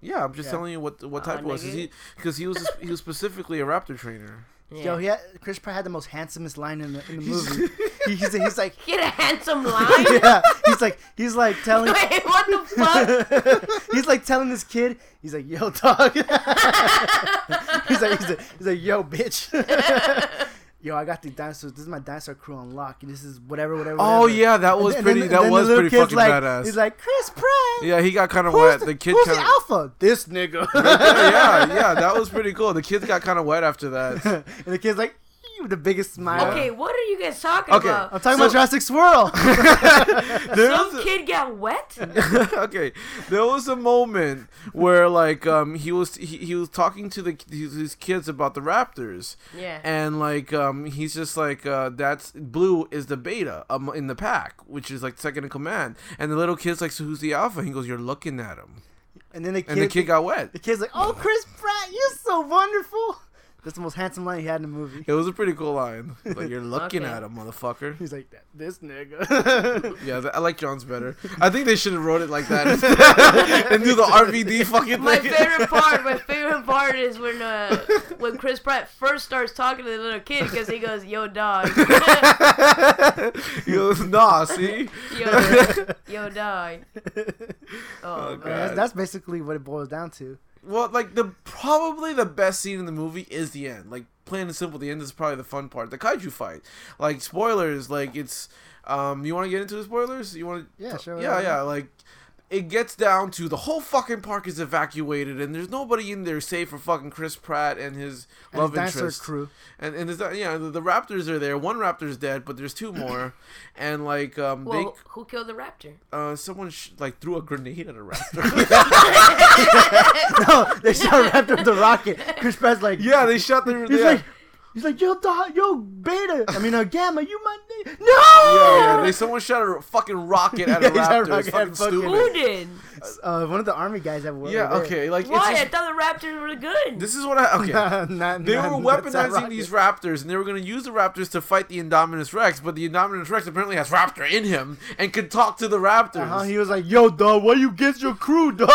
[SPEAKER 3] Yeah, I'm just
[SPEAKER 2] Yeah. Uh,
[SPEAKER 3] telling you what what
[SPEAKER 4] Aw,
[SPEAKER 3] type it was. 'Cause
[SPEAKER 4] nigga.
[SPEAKER 3] He because he was he was specifically a raptor trainer.
[SPEAKER 4] Yeah.
[SPEAKER 2] Yo, he had, Chris Pratt had the most handsomest line in the, in the movie. He- he's, he's like,
[SPEAKER 4] Get a handsome lion.
[SPEAKER 2] yeah, he's like, he's like telling,
[SPEAKER 4] Wait, what the fuck?
[SPEAKER 2] he's like telling this kid, he's like, yo, dog. he's, like, he's like, he's like, yo, bitch. yo, I got these dinosaurs. This is my dinosaur crew on lock. This is whatever, whatever.
[SPEAKER 3] Oh
[SPEAKER 2] whatever."
[SPEAKER 3] yeah, that
[SPEAKER 2] And
[SPEAKER 3] was
[SPEAKER 2] then-
[SPEAKER 3] pretty.
[SPEAKER 2] and then
[SPEAKER 3] that
[SPEAKER 2] the
[SPEAKER 3] was
[SPEAKER 2] little
[SPEAKER 3] pretty
[SPEAKER 2] kid's
[SPEAKER 3] fucking
[SPEAKER 2] like,
[SPEAKER 3] badass.
[SPEAKER 2] He's like, Chris Pratt.
[SPEAKER 3] yeah, he got kind of
[SPEAKER 2] Who's
[SPEAKER 3] wet.
[SPEAKER 2] the,
[SPEAKER 3] The, kid
[SPEAKER 2] who's
[SPEAKER 3] kind
[SPEAKER 2] the
[SPEAKER 3] of
[SPEAKER 2] alpha? This nigga.
[SPEAKER 3] yeah, yeah, that was pretty cool. The kids got kind of wet after that.
[SPEAKER 2] and the kid's like, "Ew," with the biggest smile.
[SPEAKER 4] Okay, what are you guys talking
[SPEAKER 3] Okay.
[SPEAKER 2] I'm
[SPEAKER 4] about?
[SPEAKER 2] talking
[SPEAKER 3] So-
[SPEAKER 2] about Jurassic Swirl.
[SPEAKER 3] There was
[SPEAKER 4] Some
[SPEAKER 3] a-
[SPEAKER 4] kid got wet.
[SPEAKER 3] okay, there was a moment where like um he was he, he was talking to the his, his kids about the Raptors,
[SPEAKER 4] Yeah.
[SPEAKER 3] and like um he's just like uh that's blue is the beta um in the pack, which is like second in command, and the little kid's like so who's the alpha? He goes you're looking at him,
[SPEAKER 2] and then the
[SPEAKER 3] and the kid got wet.
[SPEAKER 2] The kid's like, "Oh, Chris Pratt, you're so wonderful." That's the most handsome line he had in the movie.
[SPEAKER 3] It was a pretty cool line. Like you're looking
[SPEAKER 4] Okay.
[SPEAKER 3] at him, motherfucker.
[SPEAKER 2] He's like, "That this nigga."
[SPEAKER 3] Yeah, th- I like John's better. I think they should have wrote it like that and do the RVD fucking
[SPEAKER 4] My
[SPEAKER 3] thing.
[SPEAKER 4] favorite part, my favorite part is when uh, when Chris Pratt first starts talking to the little kid because he goes, "Yo, dog,
[SPEAKER 3] he goes, nah, see.
[SPEAKER 4] yo, yo, dog."
[SPEAKER 3] Oh,
[SPEAKER 4] Oh,
[SPEAKER 3] God.
[SPEAKER 4] man.
[SPEAKER 2] that's, that's basically what it boils down to.
[SPEAKER 3] Well, like the probably the best scene in the movie is the end. Like plain and simple, the end is probably the fun part. The kaiju fight. Like spoilers. Like it's. Um, you want to get into the spoilers? You want to?
[SPEAKER 2] Yeah, sure,
[SPEAKER 3] Yeah,
[SPEAKER 2] whatever.
[SPEAKER 3] yeah. Like it gets down to the whole fucking park is evacuated, and there's nobody in there save for fucking Chris Pratt and his
[SPEAKER 2] And
[SPEAKER 3] love
[SPEAKER 2] his dinosaur
[SPEAKER 3] interest.
[SPEAKER 2] crew.
[SPEAKER 3] And and there's not- yeah, the, the raptors are there. One raptor's dead, but there's two more, and like um,
[SPEAKER 4] well,
[SPEAKER 3] they
[SPEAKER 4] who killed the raptor?
[SPEAKER 3] uh, someone sh- like threw a grenade at a raptor.
[SPEAKER 2] no, they shot wrapped up the rocket. Chris Pratt's like,
[SPEAKER 3] yeah, they shot the.
[SPEAKER 2] he's
[SPEAKER 3] yeah.
[SPEAKER 2] like, he's like, "Yo, dog, yo, Beta. I mean, uh, Gamma, you my nigga." No.
[SPEAKER 3] Yeah, yeah. They someone shot a fucking rocket at a
[SPEAKER 2] Yeah, they shot a
[SPEAKER 3] raptor.
[SPEAKER 2] rocket
[SPEAKER 3] it's
[SPEAKER 2] at
[SPEAKER 3] fucking
[SPEAKER 2] fucking-
[SPEAKER 3] stupid.
[SPEAKER 4] Who did?
[SPEAKER 2] Uh, one of the army guys that were.
[SPEAKER 3] Yeah,
[SPEAKER 2] there.
[SPEAKER 3] okay. Like
[SPEAKER 4] Why?
[SPEAKER 3] it's
[SPEAKER 4] I
[SPEAKER 3] just,
[SPEAKER 4] thought the raptors were good.
[SPEAKER 3] this is what I okay.
[SPEAKER 2] Not- not-
[SPEAKER 3] They were
[SPEAKER 2] not- that's that
[SPEAKER 3] weaponizing
[SPEAKER 2] rocket.
[SPEAKER 3] these raptors, and they were going to use the raptors to fight the Indominus Rex. But the Indominus Rex apparently has raptor in him and could talk to the raptors.
[SPEAKER 2] Uh-huh, he was like, "Yo, dog, where you get your crew, dog?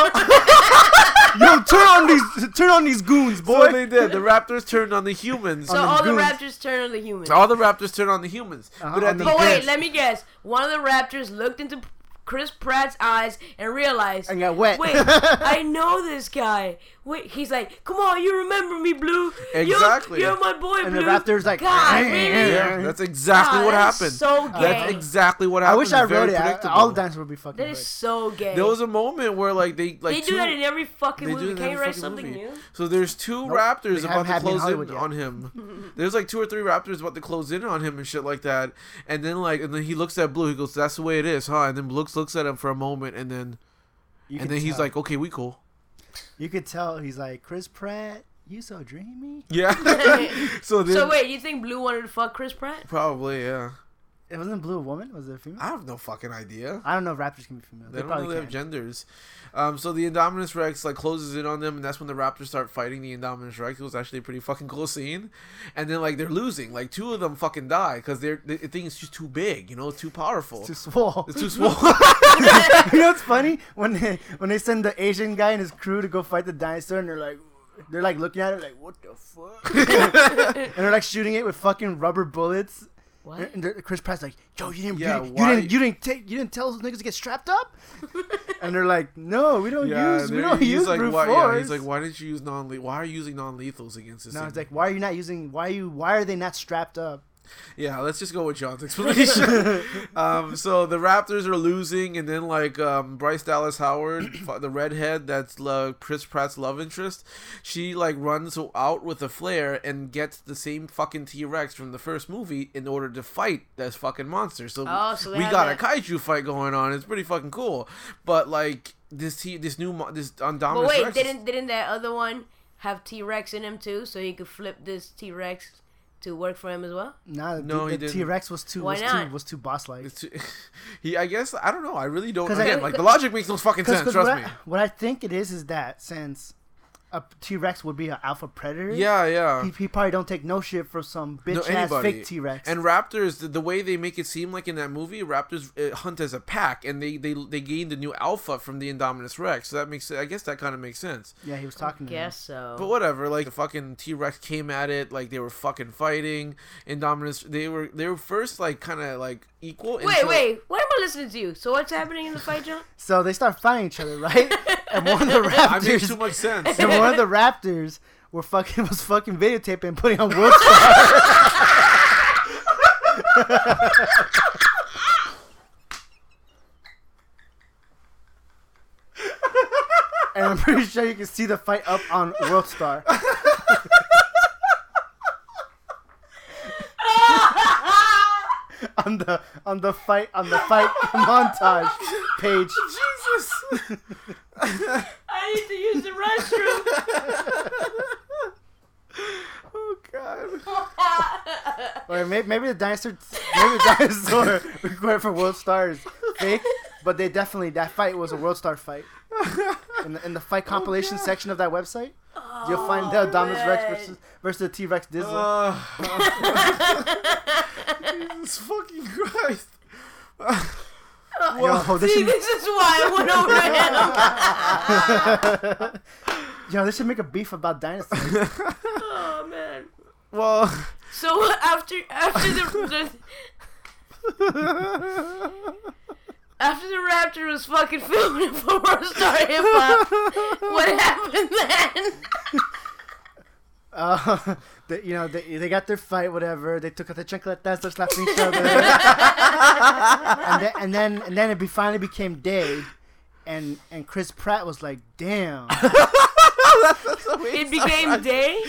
[SPEAKER 2] Yo, turn on these, turn on these goons,
[SPEAKER 3] So what
[SPEAKER 2] boy.
[SPEAKER 3] they did. The raptors turned on the humans.
[SPEAKER 4] So
[SPEAKER 2] On the
[SPEAKER 4] all the
[SPEAKER 2] goons.
[SPEAKER 4] raptors turn on the humans.
[SPEAKER 3] All the raptors turned on the humans.
[SPEAKER 2] Uh-huh,
[SPEAKER 3] But at
[SPEAKER 2] on
[SPEAKER 3] the
[SPEAKER 2] the
[SPEAKER 4] But wait,
[SPEAKER 3] end,
[SPEAKER 4] let me guess. One of the raptors looked into Chris Pratt's eyes and realized.
[SPEAKER 2] And got wet.
[SPEAKER 4] Wait, I know this guy. Wait, he's like, come on, you remember me, Blue? You're-
[SPEAKER 3] Exactly.
[SPEAKER 4] You're, my boy,
[SPEAKER 2] And the
[SPEAKER 4] Blue.
[SPEAKER 2] raptor's like,
[SPEAKER 4] God,
[SPEAKER 2] "Eh,
[SPEAKER 4] really?
[SPEAKER 2] eh, eh."
[SPEAKER 3] yeah, that's exactly
[SPEAKER 4] God,
[SPEAKER 3] what
[SPEAKER 4] that is
[SPEAKER 3] happened.
[SPEAKER 4] So gay.
[SPEAKER 3] That's exactly what
[SPEAKER 2] I
[SPEAKER 3] happened.
[SPEAKER 2] wish I
[SPEAKER 3] Very
[SPEAKER 2] wrote it. I,
[SPEAKER 3] predictable.
[SPEAKER 2] all the dinosaurs would be fucking.
[SPEAKER 4] that
[SPEAKER 2] Dead.
[SPEAKER 4] is so gay.
[SPEAKER 3] There was a moment where like they like
[SPEAKER 4] they
[SPEAKER 3] two-
[SPEAKER 4] do that in every fucking
[SPEAKER 3] they do
[SPEAKER 4] movie.
[SPEAKER 3] that in
[SPEAKER 4] Can you
[SPEAKER 3] every
[SPEAKER 4] write
[SPEAKER 3] fucking
[SPEAKER 4] something
[SPEAKER 3] movie.
[SPEAKER 4] new?
[SPEAKER 3] So there's two
[SPEAKER 2] Nope.
[SPEAKER 3] raptors
[SPEAKER 2] They haven't
[SPEAKER 3] about to
[SPEAKER 2] had me in
[SPEAKER 3] close in
[SPEAKER 2] Hollywood yet.
[SPEAKER 3] on him. there's like two or three raptors about to close in on him and shit like that. And then like and then he looks at Blue. He goes, "That's the way it is, huh?" And then Blue looks at him for a moment, and then
[SPEAKER 2] You
[SPEAKER 3] and
[SPEAKER 2] could
[SPEAKER 3] then he's
[SPEAKER 2] tell.
[SPEAKER 3] like, "Okay, we cool."
[SPEAKER 2] you could tell he's like Chris Pratt. You so dreamy.
[SPEAKER 3] Yeah. so then
[SPEAKER 4] So wait, you think Blue wanted to fuck Chris Pratt?
[SPEAKER 3] probably yeah.
[SPEAKER 2] It wasn't Blue a woman. Was it a female?
[SPEAKER 3] I have no fucking idea.
[SPEAKER 2] I don't know if raptors can be female.
[SPEAKER 3] They
[SPEAKER 2] They,
[SPEAKER 3] don't
[SPEAKER 2] probably
[SPEAKER 3] really
[SPEAKER 2] can.
[SPEAKER 3] have genders. Um, so the Indominus Rex like closes in on them, and that's when the Raptors start fighting the Indominus Rex. It was actually a pretty fucking cool scene. And then like they're losing, like two of them fucking die because they're the the thing is just too big, you know, too powerful.
[SPEAKER 2] It's too swole.
[SPEAKER 3] It's too small.
[SPEAKER 2] you know what's funny? When they when they send the Asian guy and his crew to go fight the dinosaur, and they're like, they're like looking at it like, what the fuck? and they're like shooting it with fucking rubber bullets.
[SPEAKER 4] What?
[SPEAKER 2] And they're- Chris Pratt's like, yo, you didn't,
[SPEAKER 3] Yeah,
[SPEAKER 2] you, didn't,
[SPEAKER 3] why-
[SPEAKER 2] you didn't, you didn't take, you didn't tell those niggas to get strapped up. and they're like, no, we don't use, we
[SPEAKER 3] they're-
[SPEAKER 2] don't
[SPEAKER 3] he's
[SPEAKER 2] use
[SPEAKER 3] like,
[SPEAKER 2] brute
[SPEAKER 3] why,
[SPEAKER 2] force.
[SPEAKER 3] yeah, he's like, why didn't you use non? Why are you using non-lethals against this?
[SPEAKER 2] no,
[SPEAKER 3] thing?
[SPEAKER 2] it's like, why are you not using? Why are you? Why are they not strapped up?
[SPEAKER 3] Yeah, let's just go with John's explanation. um, so the Raptors are losing, and then like um, Bryce Dallas Howard, fu- the redhead that's uh, Chris Pratt's love interest, she like runs out with a flare and gets the same fucking T Rex from the first movie in order to fight this fucking monster. So,
[SPEAKER 4] Oh, so they
[SPEAKER 3] we
[SPEAKER 4] had
[SPEAKER 3] got
[SPEAKER 4] that-
[SPEAKER 3] a kaiju fight going on. It's pretty fucking cool. But like this T, this new mo- this
[SPEAKER 4] But
[SPEAKER 3] Indominus
[SPEAKER 4] wait,
[SPEAKER 3] Rex. is-
[SPEAKER 4] didn't didn't that other one have T Rex in him too? So he could flip this T Rex to work for him as well.
[SPEAKER 3] Mm-hmm.
[SPEAKER 2] Nah,
[SPEAKER 3] No,
[SPEAKER 2] no,
[SPEAKER 3] he
[SPEAKER 2] the, the
[SPEAKER 3] didn't.
[SPEAKER 2] T Rex was too,
[SPEAKER 4] Why
[SPEAKER 2] was too,
[SPEAKER 4] not?
[SPEAKER 2] was too boss like.
[SPEAKER 3] it's too- he, I guess I don't know. I really don't.
[SPEAKER 2] 'Cause I-
[SPEAKER 3] Again, like the logic makes no fucking
[SPEAKER 2] Cause,
[SPEAKER 3] sense.
[SPEAKER 2] 'cause
[SPEAKER 3] trust
[SPEAKER 2] what,
[SPEAKER 3] me.
[SPEAKER 2] I, what I think it is is that since a T Rex would be an alpha predator,
[SPEAKER 3] Yeah, yeah.
[SPEAKER 2] he, he probably don't take no shit from some bitch
[SPEAKER 3] No,
[SPEAKER 2] ass
[SPEAKER 3] anybody.
[SPEAKER 2] fake T Rex.
[SPEAKER 3] And raptors, the, the way they make it seem like in that movie, raptors uh, hunt as a pack, and they they they gain the new alpha from the Indominus Rex. So that makes I guess that kind of makes sense.
[SPEAKER 2] yeah, he was talking to
[SPEAKER 4] Guess
[SPEAKER 3] But
[SPEAKER 4] so.
[SPEAKER 3] whatever, like the fucking T Rex came at it, like they were fucking fighting. Indominus, they were they were first like kind of like equal.
[SPEAKER 4] Wait,
[SPEAKER 3] until-
[SPEAKER 4] wait, why am I listening to you? So what's happening in the fight, John?
[SPEAKER 2] him. So they start fighting each other, right? and one of the
[SPEAKER 3] I made too
[SPEAKER 2] raptors,
[SPEAKER 3] much sense.
[SPEAKER 2] and one of the raptors were fucking was fucking videotaping and putting on World Star. And I'm pretty sure you can see the fight up on World Star. on the on the fight on the fight montage page.
[SPEAKER 3] Jesus.
[SPEAKER 4] I need to use the restroom.
[SPEAKER 3] Oh God.
[SPEAKER 2] Or maybe, maybe the dinosaur, maybe the dinosaur recorded for World Stars fake, but they definitely that fight was a World Star fight. In the, in the
[SPEAKER 3] Oh,
[SPEAKER 2] fight compilation section of that website, you'll find the Dominus Rex
[SPEAKER 4] man.
[SPEAKER 2] versus versus the T Rex Dizzle.
[SPEAKER 3] Uh, Jesus fucking Christ.
[SPEAKER 2] yo, this
[SPEAKER 4] Uh, See,
[SPEAKER 2] should,
[SPEAKER 4] this is why I went over the hill.
[SPEAKER 2] yo, this should make a beef about dinosaurs.
[SPEAKER 4] Oh man.
[SPEAKER 3] Well.
[SPEAKER 4] So after after the, the after the raptor was fucking filming for World Star Hip Hop, what happened then?
[SPEAKER 2] Uh, they, you know, they, they got their fight, whatever. They took out the chocolates, they're slapping each other, and, then, and then and then it be, finally became day, and and Chris Pratt was like, "Damn,
[SPEAKER 4] It became day.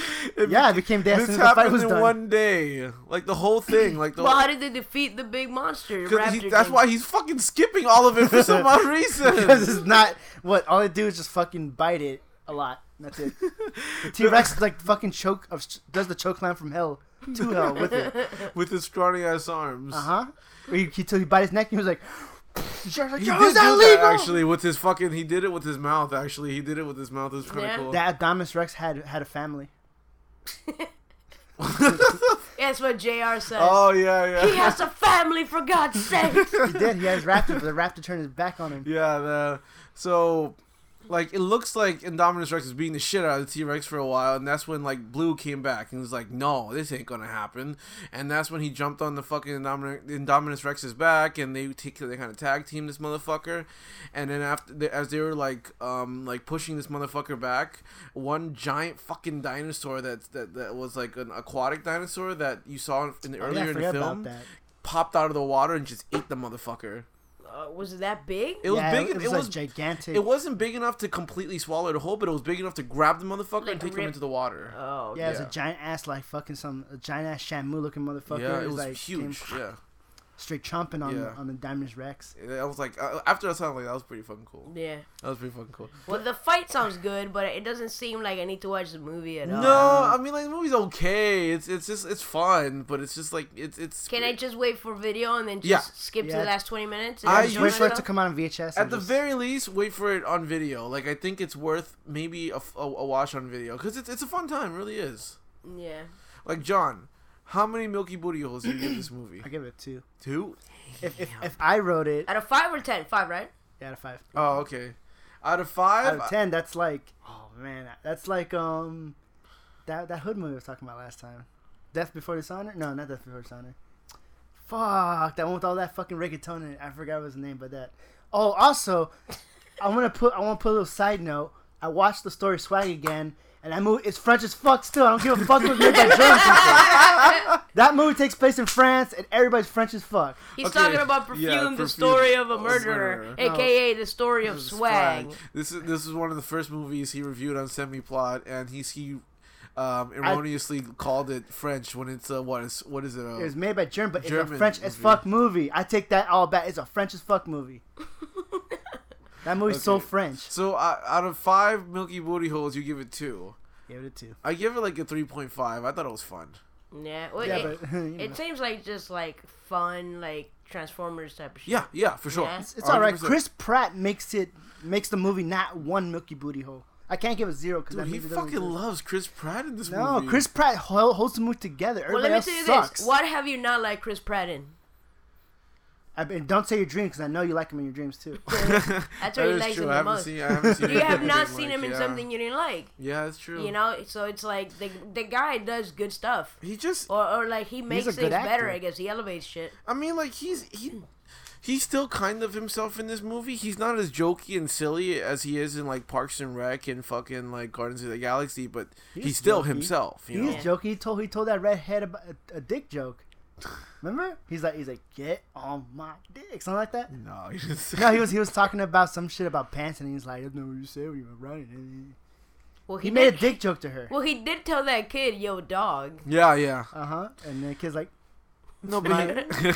[SPEAKER 2] yeah, it became day." As soon
[SPEAKER 3] This
[SPEAKER 2] as the fight
[SPEAKER 3] happened
[SPEAKER 2] was
[SPEAKER 3] in
[SPEAKER 2] done.
[SPEAKER 3] one day, like the whole thing, like the.
[SPEAKER 4] Well, how did they defeat the big monster?
[SPEAKER 3] Cause
[SPEAKER 4] Raptor
[SPEAKER 3] he, that's
[SPEAKER 4] thing?
[SPEAKER 3] why he's fucking skipping all of it for some odd
[SPEAKER 2] Because
[SPEAKER 3] reason.
[SPEAKER 2] it's not what all they do is just fucking bite it a lot. That's it. The T Rex is like fucking choke of does the choke line from hell to hell with it.
[SPEAKER 3] With his scrawny ass arms.
[SPEAKER 2] Uh huh. He, he till he bite his neck and he was like, he was like
[SPEAKER 3] He
[SPEAKER 2] Yo,
[SPEAKER 3] did
[SPEAKER 2] is that
[SPEAKER 3] do
[SPEAKER 2] legal?
[SPEAKER 3] that actually with his fucking. He did it with his mouth. Actually, he did it with his mouth. It was kind of
[SPEAKER 4] Yeah.
[SPEAKER 3] cool.
[SPEAKER 2] That Adonis Rex had had a family.
[SPEAKER 4] Yeah, That's what Jr. says.
[SPEAKER 3] oh yeah,
[SPEAKER 4] He
[SPEAKER 3] yeah,
[SPEAKER 4] has a family, for God's sake.
[SPEAKER 2] He did. He had his raptor, but the raptor turned his back on him.
[SPEAKER 3] yeah. The, so like it looks like Indominus Rex is beating the shit out of the T Rex for a while, and that's when like Blue came back and was like, "No, this ain't gonna happen," and that's when he jumped on the fucking Indomin- Indominus Rex's back, and they take they kind of tag team this motherfucker, and then after they, as they were like um like pushing this motherfucker back, one giant fucking dinosaur that that, that was like an aquatic dinosaur that you saw in the
[SPEAKER 2] Oh, yeah, I
[SPEAKER 3] earlier in the
[SPEAKER 2] forgot
[SPEAKER 3] film
[SPEAKER 2] about that.
[SPEAKER 3] popped out of the water and just ate the motherfucker.
[SPEAKER 4] Uh, was it that big?
[SPEAKER 3] It was
[SPEAKER 2] Yeah,
[SPEAKER 3] big.
[SPEAKER 2] It was,
[SPEAKER 3] it
[SPEAKER 2] like
[SPEAKER 3] was
[SPEAKER 2] gigantic.
[SPEAKER 3] it wasn't big enough to completely swallow the whole, but it was big enough to grab the motherfucker
[SPEAKER 4] Like
[SPEAKER 3] and take him
[SPEAKER 4] rip-
[SPEAKER 3] into the water.
[SPEAKER 4] oh,
[SPEAKER 2] yeah, it was
[SPEAKER 3] yeah.
[SPEAKER 2] a giant ass like fucking some a giant ass Shamu looking motherfucker.
[SPEAKER 3] yeah, it was
[SPEAKER 2] like came
[SPEAKER 3] huge. Yeah,
[SPEAKER 2] straight chomping on
[SPEAKER 3] Yeah.
[SPEAKER 2] on the Diamond's Rex.
[SPEAKER 3] I was like, uh, after I saw it, like that was pretty fucking cool.
[SPEAKER 4] yeah.
[SPEAKER 3] That was pretty fucking cool.
[SPEAKER 4] Well, the fight sounds good, but it doesn't seem like I need to watch the movie at all.
[SPEAKER 3] No, I
[SPEAKER 2] um,
[SPEAKER 3] mean like the movie's okay. It's it's just it's fun, but it's just like it's it's.
[SPEAKER 4] Can I just wait for video and then just
[SPEAKER 3] Yeah.
[SPEAKER 4] skip to
[SPEAKER 2] Yeah.
[SPEAKER 4] the last 20 minutes?
[SPEAKER 3] I
[SPEAKER 4] enjoy
[SPEAKER 2] Just wait for it
[SPEAKER 4] myself?
[SPEAKER 2] to come out on VHS.
[SPEAKER 3] At
[SPEAKER 2] and
[SPEAKER 3] the
[SPEAKER 2] just-
[SPEAKER 3] very least, wait for it on video. Like I think it's worth maybe a, f- a- a watch on video because it's it's a fun time. It really is.
[SPEAKER 4] Yeah.
[SPEAKER 3] Like John, how many Milky Booty holes do you give this movie?
[SPEAKER 2] I give it a two.
[SPEAKER 3] Two.
[SPEAKER 2] If, if, if I wrote it
[SPEAKER 4] Out of 5 or 10? 5, right?
[SPEAKER 2] out of five,
[SPEAKER 3] Oh, okay. Out of five,
[SPEAKER 2] out of ten, that's like oh man, that's like um that that hood movie I was talking about last time, Death Before Dishonor. No, not Death Before Dishonor. Fuck that one with all that fucking reggaeton in it. I forgot what his name, but that. Oh, also, I want to put I want to put a little side note. I watched the story Swag again, and that movie it's French as fuck. Still, I don't give a fuck what made by German people. That movie takes place in France, and everybody's French as fuck.
[SPEAKER 4] He's
[SPEAKER 3] Okay.
[SPEAKER 4] talking about perfume,
[SPEAKER 3] Yeah,
[SPEAKER 4] the
[SPEAKER 3] Perfume.
[SPEAKER 4] story of
[SPEAKER 3] Oh,
[SPEAKER 4] a murderer,
[SPEAKER 3] murderer.
[SPEAKER 4] aka the story of
[SPEAKER 3] This is
[SPEAKER 4] swag.
[SPEAKER 3] fine. This is this is one of the first movies he reviewed on Semi Plot, and he's he um, erroneously called it French when it's uh, what is what is it?
[SPEAKER 2] It was
[SPEAKER 3] Uh,
[SPEAKER 2] made by German, but it's a
[SPEAKER 3] German
[SPEAKER 2] French as
[SPEAKER 3] movie.
[SPEAKER 2] fuck movie. I take that all back. It's a French as fuck movie. that movie's so
[SPEAKER 3] Okay.
[SPEAKER 2] French.
[SPEAKER 3] so uh, out of five Milky Booty holes, you give it two.
[SPEAKER 2] Give it a two.
[SPEAKER 3] I give it like a three point five. I thought it was fun.
[SPEAKER 4] Yeah, well,
[SPEAKER 2] Yeah,
[SPEAKER 4] it,
[SPEAKER 2] but you know,
[SPEAKER 4] it seems like just like fun, like Transformers type of shit.
[SPEAKER 3] Yeah, yeah, for sure.
[SPEAKER 4] Yeah.
[SPEAKER 2] it's, it's all right.
[SPEAKER 3] 100%.
[SPEAKER 2] Chris Pratt makes it makes the movie not one Milky Booty hole. I can't give a zero because
[SPEAKER 3] Dude,
[SPEAKER 2] that
[SPEAKER 3] he
[SPEAKER 2] movie doesn't
[SPEAKER 3] fucking
[SPEAKER 2] exist.
[SPEAKER 3] loves Chris Pratt in this
[SPEAKER 2] No,
[SPEAKER 3] movie.
[SPEAKER 2] Chris Pratt hol- holds the movie together.
[SPEAKER 4] Well,
[SPEAKER 2] Everybody
[SPEAKER 4] let me
[SPEAKER 2] else
[SPEAKER 4] tell you
[SPEAKER 2] sucks.
[SPEAKER 4] this: What have you not liked Chris Pratt in?
[SPEAKER 2] I mean, don't say your dream because I know you like him in your dreams too.
[SPEAKER 4] That's
[SPEAKER 3] That
[SPEAKER 4] where he
[SPEAKER 3] is
[SPEAKER 4] likes
[SPEAKER 3] true.
[SPEAKER 4] him
[SPEAKER 3] I
[SPEAKER 4] the
[SPEAKER 3] haven't
[SPEAKER 4] most.
[SPEAKER 3] seen. I haven't seen.
[SPEAKER 4] You have
[SPEAKER 3] anything
[SPEAKER 4] not
[SPEAKER 3] like-
[SPEAKER 4] seen him in
[SPEAKER 3] yeah.
[SPEAKER 4] something you didn't like.
[SPEAKER 3] Yeah, that's true.
[SPEAKER 4] You know, so it's like the the guy does good stuff,
[SPEAKER 3] he just
[SPEAKER 4] or or like he makes
[SPEAKER 2] a
[SPEAKER 4] things
[SPEAKER 2] good actor.
[SPEAKER 4] better. I guess he elevates shit.
[SPEAKER 3] I mean, like he's he he's still kind of himself in this movie. He's not as jokey and silly as he is in like Parks and Rec and fucking like Guardians of the Galaxy, but he's,
[SPEAKER 2] He's
[SPEAKER 3] still
[SPEAKER 2] jokey.
[SPEAKER 3] himself. You
[SPEAKER 2] He
[SPEAKER 3] know?
[SPEAKER 2] is joking. He told he told that redhead about a, a dick joke. Remember? He's like he's like get on my dick, something like that.
[SPEAKER 3] No, he just,
[SPEAKER 2] No, he was he was talking about some shit about pants, and he's like, "I know what you say when you were running."
[SPEAKER 4] Well, he,
[SPEAKER 2] He made a
[SPEAKER 4] did-
[SPEAKER 2] dick joke to her.
[SPEAKER 4] Well, he did tell that kid, "Yo, dog."
[SPEAKER 3] yeah, yeah.
[SPEAKER 2] Uh huh. And the kid's like,
[SPEAKER 3] No, but he,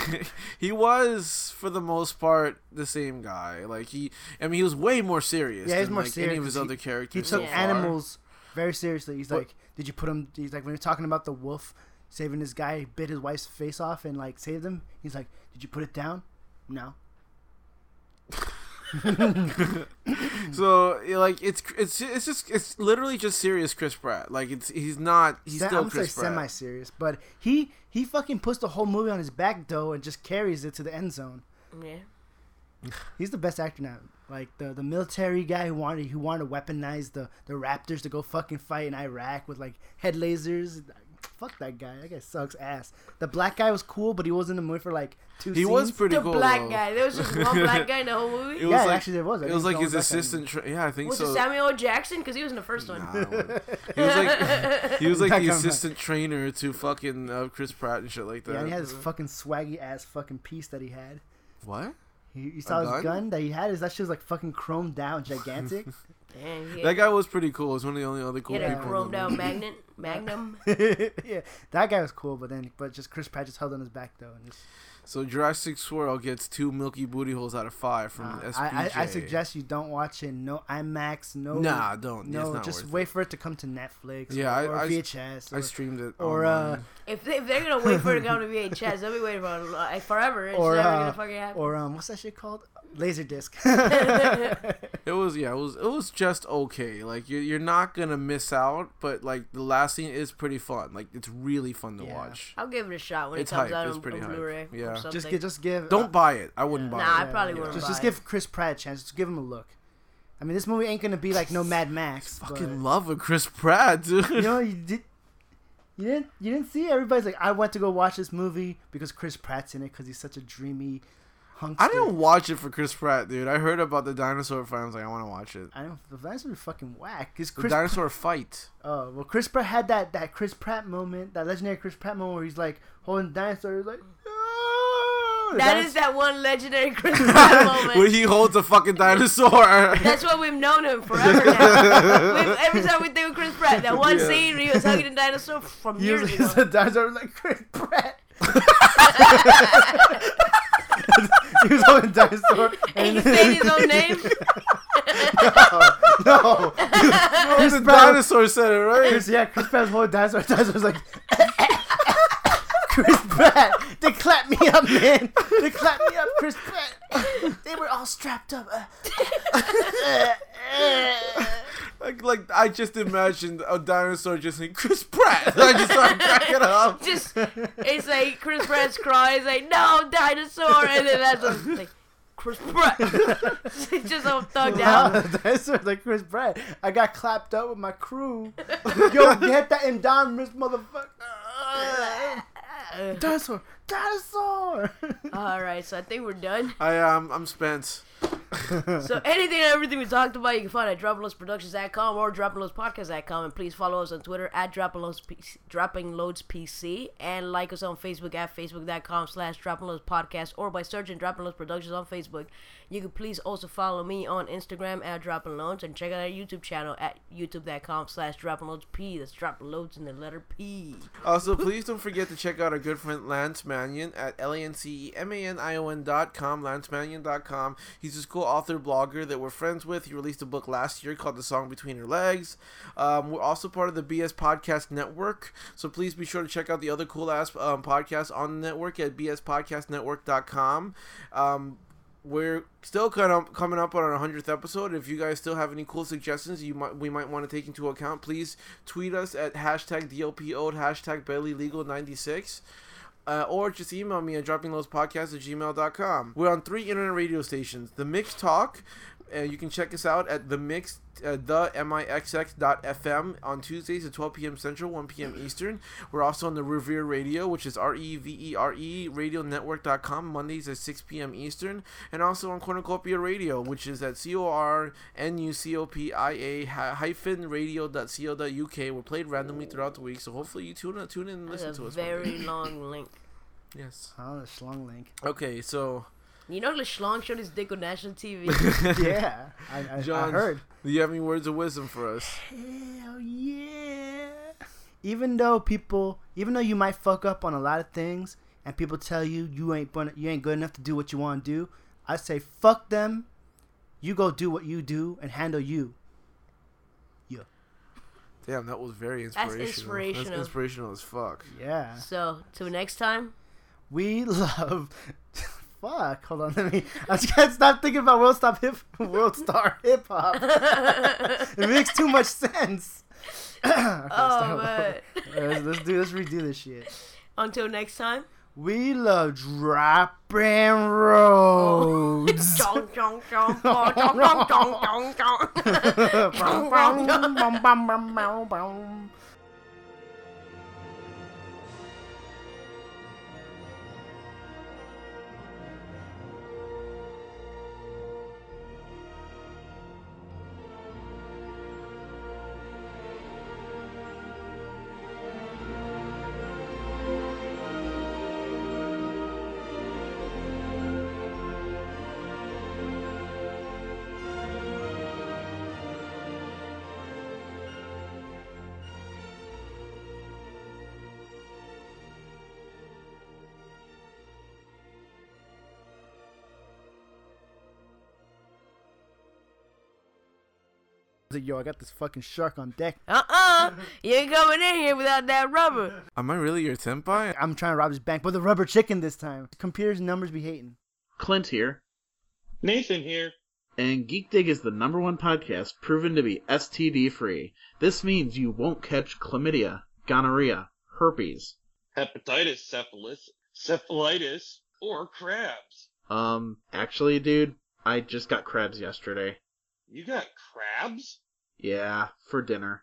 [SPEAKER 3] he was for the most part the same guy. Like he, I mean, he was way more serious.
[SPEAKER 2] Yeah, he's
[SPEAKER 3] than,
[SPEAKER 2] more
[SPEAKER 3] like, Any of
[SPEAKER 2] serious
[SPEAKER 3] his
[SPEAKER 2] 'cause
[SPEAKER 3] other characters.
[SPEAKER 2] he took
[SPEAKER 3] so far.
[SPEAKER 2] animals very seriously. He's
[SPEAKER 3] What-
[SPEAKER 2] like, "Did you put him?" He's like, when you're talking about the wolf saving this guy, he bit his wife's face off and like saved him. He's like, "Did you put it down?" No.
[SPEAKER 3] So yeah, like it's it's it's just it's literally just serious Chris Pratt. Like it's he's not he's
[SPEAKER 2] Se-
[SPEAKER 3] still
[SPEAKER 2] I'm
[SPEAKER 3] Chris Pratt.
[SPEAKER 2] semi-serious, but he he fucking puts the whole movie on his back though, and just carries it to the end zone.
[SPEAKER 4] Yeah.
[SPEAKER 2] He's the best actor now. Like the, the military guy who wanted who wanted to weaponize the, the Raptors to go fucking fight in Iraq with like head lasers. Fuck that guy. That guy sucks ass. The black guy was cool, but he was in the movie for like two.
[SPEAKER 3] He was
[SPEAKER 2] scenes.
[SPEAKER 3] pretty
[SPEAKER 4] The
[SPEAKER 3] cool.
[SPEAKER 4] black
[SPEAKER 3] though.
[SPEAKER 4] guy. There was just one black guy in the whole movie.
[SPEAKER 3] It
[SPEAKER 2] yeah,
[SPEAKER 3] was like-
[SPEAKER 2] actually there was. I
[SPEAKER 3] It
[SPEAKER 2] think
[SPEAKER 3] was
[SPEAKER 2] the
[SPEAKER 3] like
[SPEAKER 2] only
[SPEAKER 3] his
[SPEAKER 2] black guy in the
[SPEAKER 3] assistant. Tra- yeah, I think
[SPEAKER 4] Was
[SPEAKER 3] so.
[SPEAKER 4] it Samuel L. Jackson? Because he was in the first one.
[SPEAKER 3] Nah, I wouldn't. he was like he was like
[SPEAKER 2] Back
[SPEAKER 3] the
[SPEAKER 2] on that.
[SPEAKER 3] assistant trainer to fucking uh, Chris Pratt and shit like that.
[SPEAKER 2] movie. Yeah, and he had this fucking swaggy ass fucking piece that he had.
[SPEAKER 3] what?
[SPEAKER 2] He, you saw his
[SPEAKER 3] gun?
[SPEAKER 2] gun? that he had. Is that shit was like fucking chromed down, gigantic.
[SPEAKER 4] Damn, he
[SPEAKER 3] That
[SPEAKER 4] had,
[SPEAKER 3] guy was pretty cool. He's one of the only other
[SPEAKER 4] he
[SPEAKER 3] cool
[SPEAKER 4] had a
[SPEAKER 3] people. in the
[SPEAKER 4] chromed out
[SPEAKER 3] movie.
[SPEAKER 4] magnet, magnum.
[SPEAKER 2] yeah, that guy was cool, but then but just Chris Pratt just held on his back though. And just,
[SPEAKER 3] So Jurassic Swirl gets two Milky Booty holes out of five from
[SPEAKER 2] Uh,
[SPEAKER 3] SPJ.
[SPEAKER 2] I, I, I suggest you don't watch it. No IMAX. No.
[SPEAKER 3] Nah, don't. It's
[SPEAKER 2] No,
[SPEAKER 3] not
[SPEAKER 2] just
[SPEAKER 3] worth
[SPEAKER 2] wait for it to come to Netflix.
[SPEAKER 3] Yeah, I-
[SPEAKER 2] or, or
[SPEAKER 3] I-
[SPEAKER 2] VHS.
[SPEAKER 3] I Oh,
[SPEAKER 2] or-
[SPEAKER 3] streamed it.
[SPEAKER 2] or, uh,
[SPEAKER 3] online.
[SPEAKER 4] If, they, if they're gonna wait for it to come to VHS, they'll be waiting for it, like, forever. It's
[SPEAKER 2] Or,
[SPEAKER 4] never
[SPEAKER 2] uh,
[SPEAKER 4] gonna fucking happen.
[SPEAKER 2] or um, what's that shit called? Laserdisc.
[SPEAKER 3] It was yeah, it was it was just okay. Like you're you're not gonna miss out, but like the last scene is pretty fun. Like it's really fun to
[SPEAKER 2] Yeah.
[SPEAKER 3] watch.
[SPEAKER 4] I'll give it a shot when
[SPEAKER 3] It's
[SPEAKER 4] it comes
[SPEAKER 3] hype.
[SPEAKER 4] out
[SPEAKER 3] It's
[SPEAKER 4] on,
[SPEAKER 3] pretty
[SPEAKER 4] on
[SPEAKER 3] hype.
[SPEAKER 4] Blu-ray
[SPEAKER 3] Yeah.
[SPEAKER 4] or
[SPEAKER 3] Just
[SPEAKER 4] something.
[SPEAKER 2] just give, just give.
[SPEAKER 3] Don't buy it. I wouldn't buy
[SPEAKER 4] Nah,
[SPEAKER 3] it.
[SPEAKER 4] I probably wouldn't
[SPEAKER 2] Just, just
[SPEAKER 4] buy it.
[SPEAKER 2] give Chris Pratt a chance. Just give him a look. I mean, this movie ain't gonna be like no Mad Max. but-
[SPEAKER 3] Fucking love a Chris Pratt, dude.
[SPEAKER 2] you know you did you didn't you didn't see everybody's like I went to go watch this movie because Chris Pratt's in it because he's such a dreamy hunkster.
[SPEAKER 3] I didn't watch it for Chris Pratt, dude. I heard about the dinosaur fight. I was like, I want to watch it.
[SPEAKER 2] I don't. The dinosaurs are fucking whack. Is
[SPEAKER 3] The
[SPEAKER 2] Chris?
[SPEAKER 3] dinosaur fight.
[SPEAKER 2] oh well, Chris Pratt had that that Chris Pratt moment, that legendary Chris Pratt moment where he's like holding the dinosaur, he's like. "Ah!" The
[SPEAKER 4] That
[SPEAKER 2] dinos-
[SPEAKER 4] is that one legendary Chris Pratt moment.
[SPEAKER 3] Where he holds a fucking dinosaur.
[SPEAKER 4] That's why we've known him forever now. We've- every time we think of Chris Pratt, that one
[SPEAKER 3] Yeah.
[SPEAKER 4] scene where he was hugging a dinosaur from
[SPEAKER 2] He was
[SPEAKER 4] years ago.
[SPEAKER 2] he's a dinosaur like Chris Pratt. he was holding a dinosaur.
[SPEAKER 4] and he saying his own name.
[SPEAKER 2] no,
[SPEAKER 3] the dinosaur said it, right?
[SPEAKER 2] Chris, yeah, Chris Pratt's whole dinosaur. Dinosaur's like, Chris Pratt, they clapped me up, man. They clapped me up, Chris Pratt. They were all strapped up. Uh,
[SPEAKER 3] Like, like I just imagined a dinosaur just saying Chris Pratt. I just started cracking up.
[SPEAKER 4] Just it's like Chris Pratt's crying. He's like, "No dinosaur," and then that's just like Chris Pratt. just all thugged out.
[SPEAKER 2] the dinosaur's like, Chris Pratt, I got clapped up with my crew. Yo, get that Indominus motherfucker. Dinosaur, dinosaur.
[SPEAKER 4] All right, so I think we're done.
[SPEAKER 3] I um, I'm Spence.
[SPEAKER 4] So anything and everything we talked about, you can find at droppinglowsproductions.com or droppinglowspodcast.com. And please follow us on Twitter at droppinglowspc, droppingloadspc and like us on Facebook at facebook.com slash droppinglowspodcast or by searching Dropping Loads Productions on Facebook. You can please also follow me on Instagram at droppingloads and check out our YouTube channel at youtube.com slash droppingloadsp. That's dropping loads in the letter P.
[SPEAKER 3] Also, please don't forget to check out our good friend Lance Mannion at L A N C E M A N I O N dot com, lancemannion.com. He's this cool author blogger that we're friends with. He released a book last year called The Song Between Her Legs. Um, we're also part of the BS Podcast Network, so please be sure to check out the other cool ass um, podcasts on the network at bspodcastnetwork.com. Um, we're still kind of coming up on our 100th episode if you guys still have any cool suggestions you might we might want to take into account please tweet us at hashtag dlpo hashtag barely legal 96 uh, or just email me at droppinglowspodcast at gmail.com we're on three internet radio stations the mix talk uh, you can check us out at the mix uh, the mixx dot fm on tuesdays at 12 p.m central 1 p.m eastern we're also on the revere radio which is E r-e-v-e-r-e radio network.com mondays at 6 p.m eastern and also on cornucopia radio which is at c-o-r-n-u-c-o-p-i-a hy- hyphen radio dot co dot uk we're played randomly throughout the week so hopefully you tune, tune in and
[SPEAKER 4] That's
[SPEAKER 3] listen
[SPEAKER 4] a
[SPEAKER 3] to us one day.
[SPEAKER 4] very long link.
[SPEAKER 3] yes
[SPEAKER 2] Oh, the schlong link.
[SPEAKER 3] okay so
[SPEAKER 4] You know the Schlong showed his dick on national TV.
[SPEAKER 2] Yeah, I, I, I
[SPEAKER 3] John,
[SPEAKER 2] heard.
[SPEAKER 3] do you have any words of wisdom for us
[SPEAKER 2] Hell yeah. Even though people, even though you might fuck up on a lot of things, and people tell you you ain't gonna, you ain't good enough to do what you want to do, I say fuck them. You go do what you do and handle you.
[SPEAKER 3] Damn, that was very
[SPEAKER 4] That's
[SPEAKER 3] inspirational. That's inspirational.
[SPEAKER 4] inspirational.
[SPEAKER 3] as fuck.
[SPEAKER 2] Yeah,
[SPEAKER 4] so till next time.
[SPEAKER 2] we love. fuck, hold on, let me. I just can't stop thinking about world stop hip, world star hip hop. it makes too much sense. Okay,
[SPEAKER 4] Oh
[SPEAKER 2] stop.
[SPEAKER 4] man.
[SPEAKER 2] Let's, let's do. Let's redo this shit.
[SPEAKER 4] Until next time.
[SPEAKER 2] We love dropping roads.
[SPEAKER 4] Chong, chong, chong, chong, chong, chong, chong, chong, chong.
[SPEAKER 2] Bum, bum, bum, bum, bum, bum, bum. He's like, yo, I got this fucking shark on deck.
[SPEAKER 4] Uh-uh. You ain't coming in here without that rubber.
[SPEAKER 3] Am I really your senpai?
[SPEAKER 2] I'm trying to rob this bank, but the rubber chicken this time. Computers and numbers be hating.
[SPEAKER 6] Clint here,
[SPEAKER 7] Nathan here.
[SPEAKER 6] and Geek Dig is the number one podcast proven to be STD free. This means you won't catch chlamydia, gonorrhea, herpes.
[SPEAKER 7] Hepatitis, cephalus, cephalitis, or crabs.
[SPEAKER 6] Um, actually, dude, I just got crabs yesterday.
[SPEAKER 7] You got crabs?
[SPEAKER 6] Yeah, for dinner.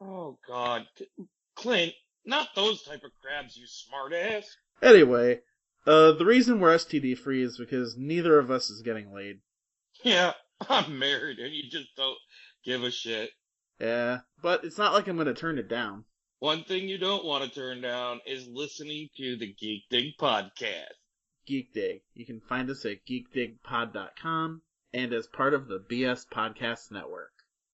[SPEAKER 7] Oh God, C- Clint, not those type of crabs, you smartass.
[SPEAKER 6] Anyway, uh, the reason we're STD free is because neither of us is getting laid.
[SPEAKER 7] Yeah, I'm married, and you just don't give a shit.
[SPEAKER 6] Yeah, Eh, but it's not like I'm gonna turn it down.
[SPEAKER 7] One thing you don't want to turn down is listening to the Geek Dig podcast.
[SPEAKER 6] Geek Dig. You can find us at geekdigpod.com and as part of the BS Podcast Network.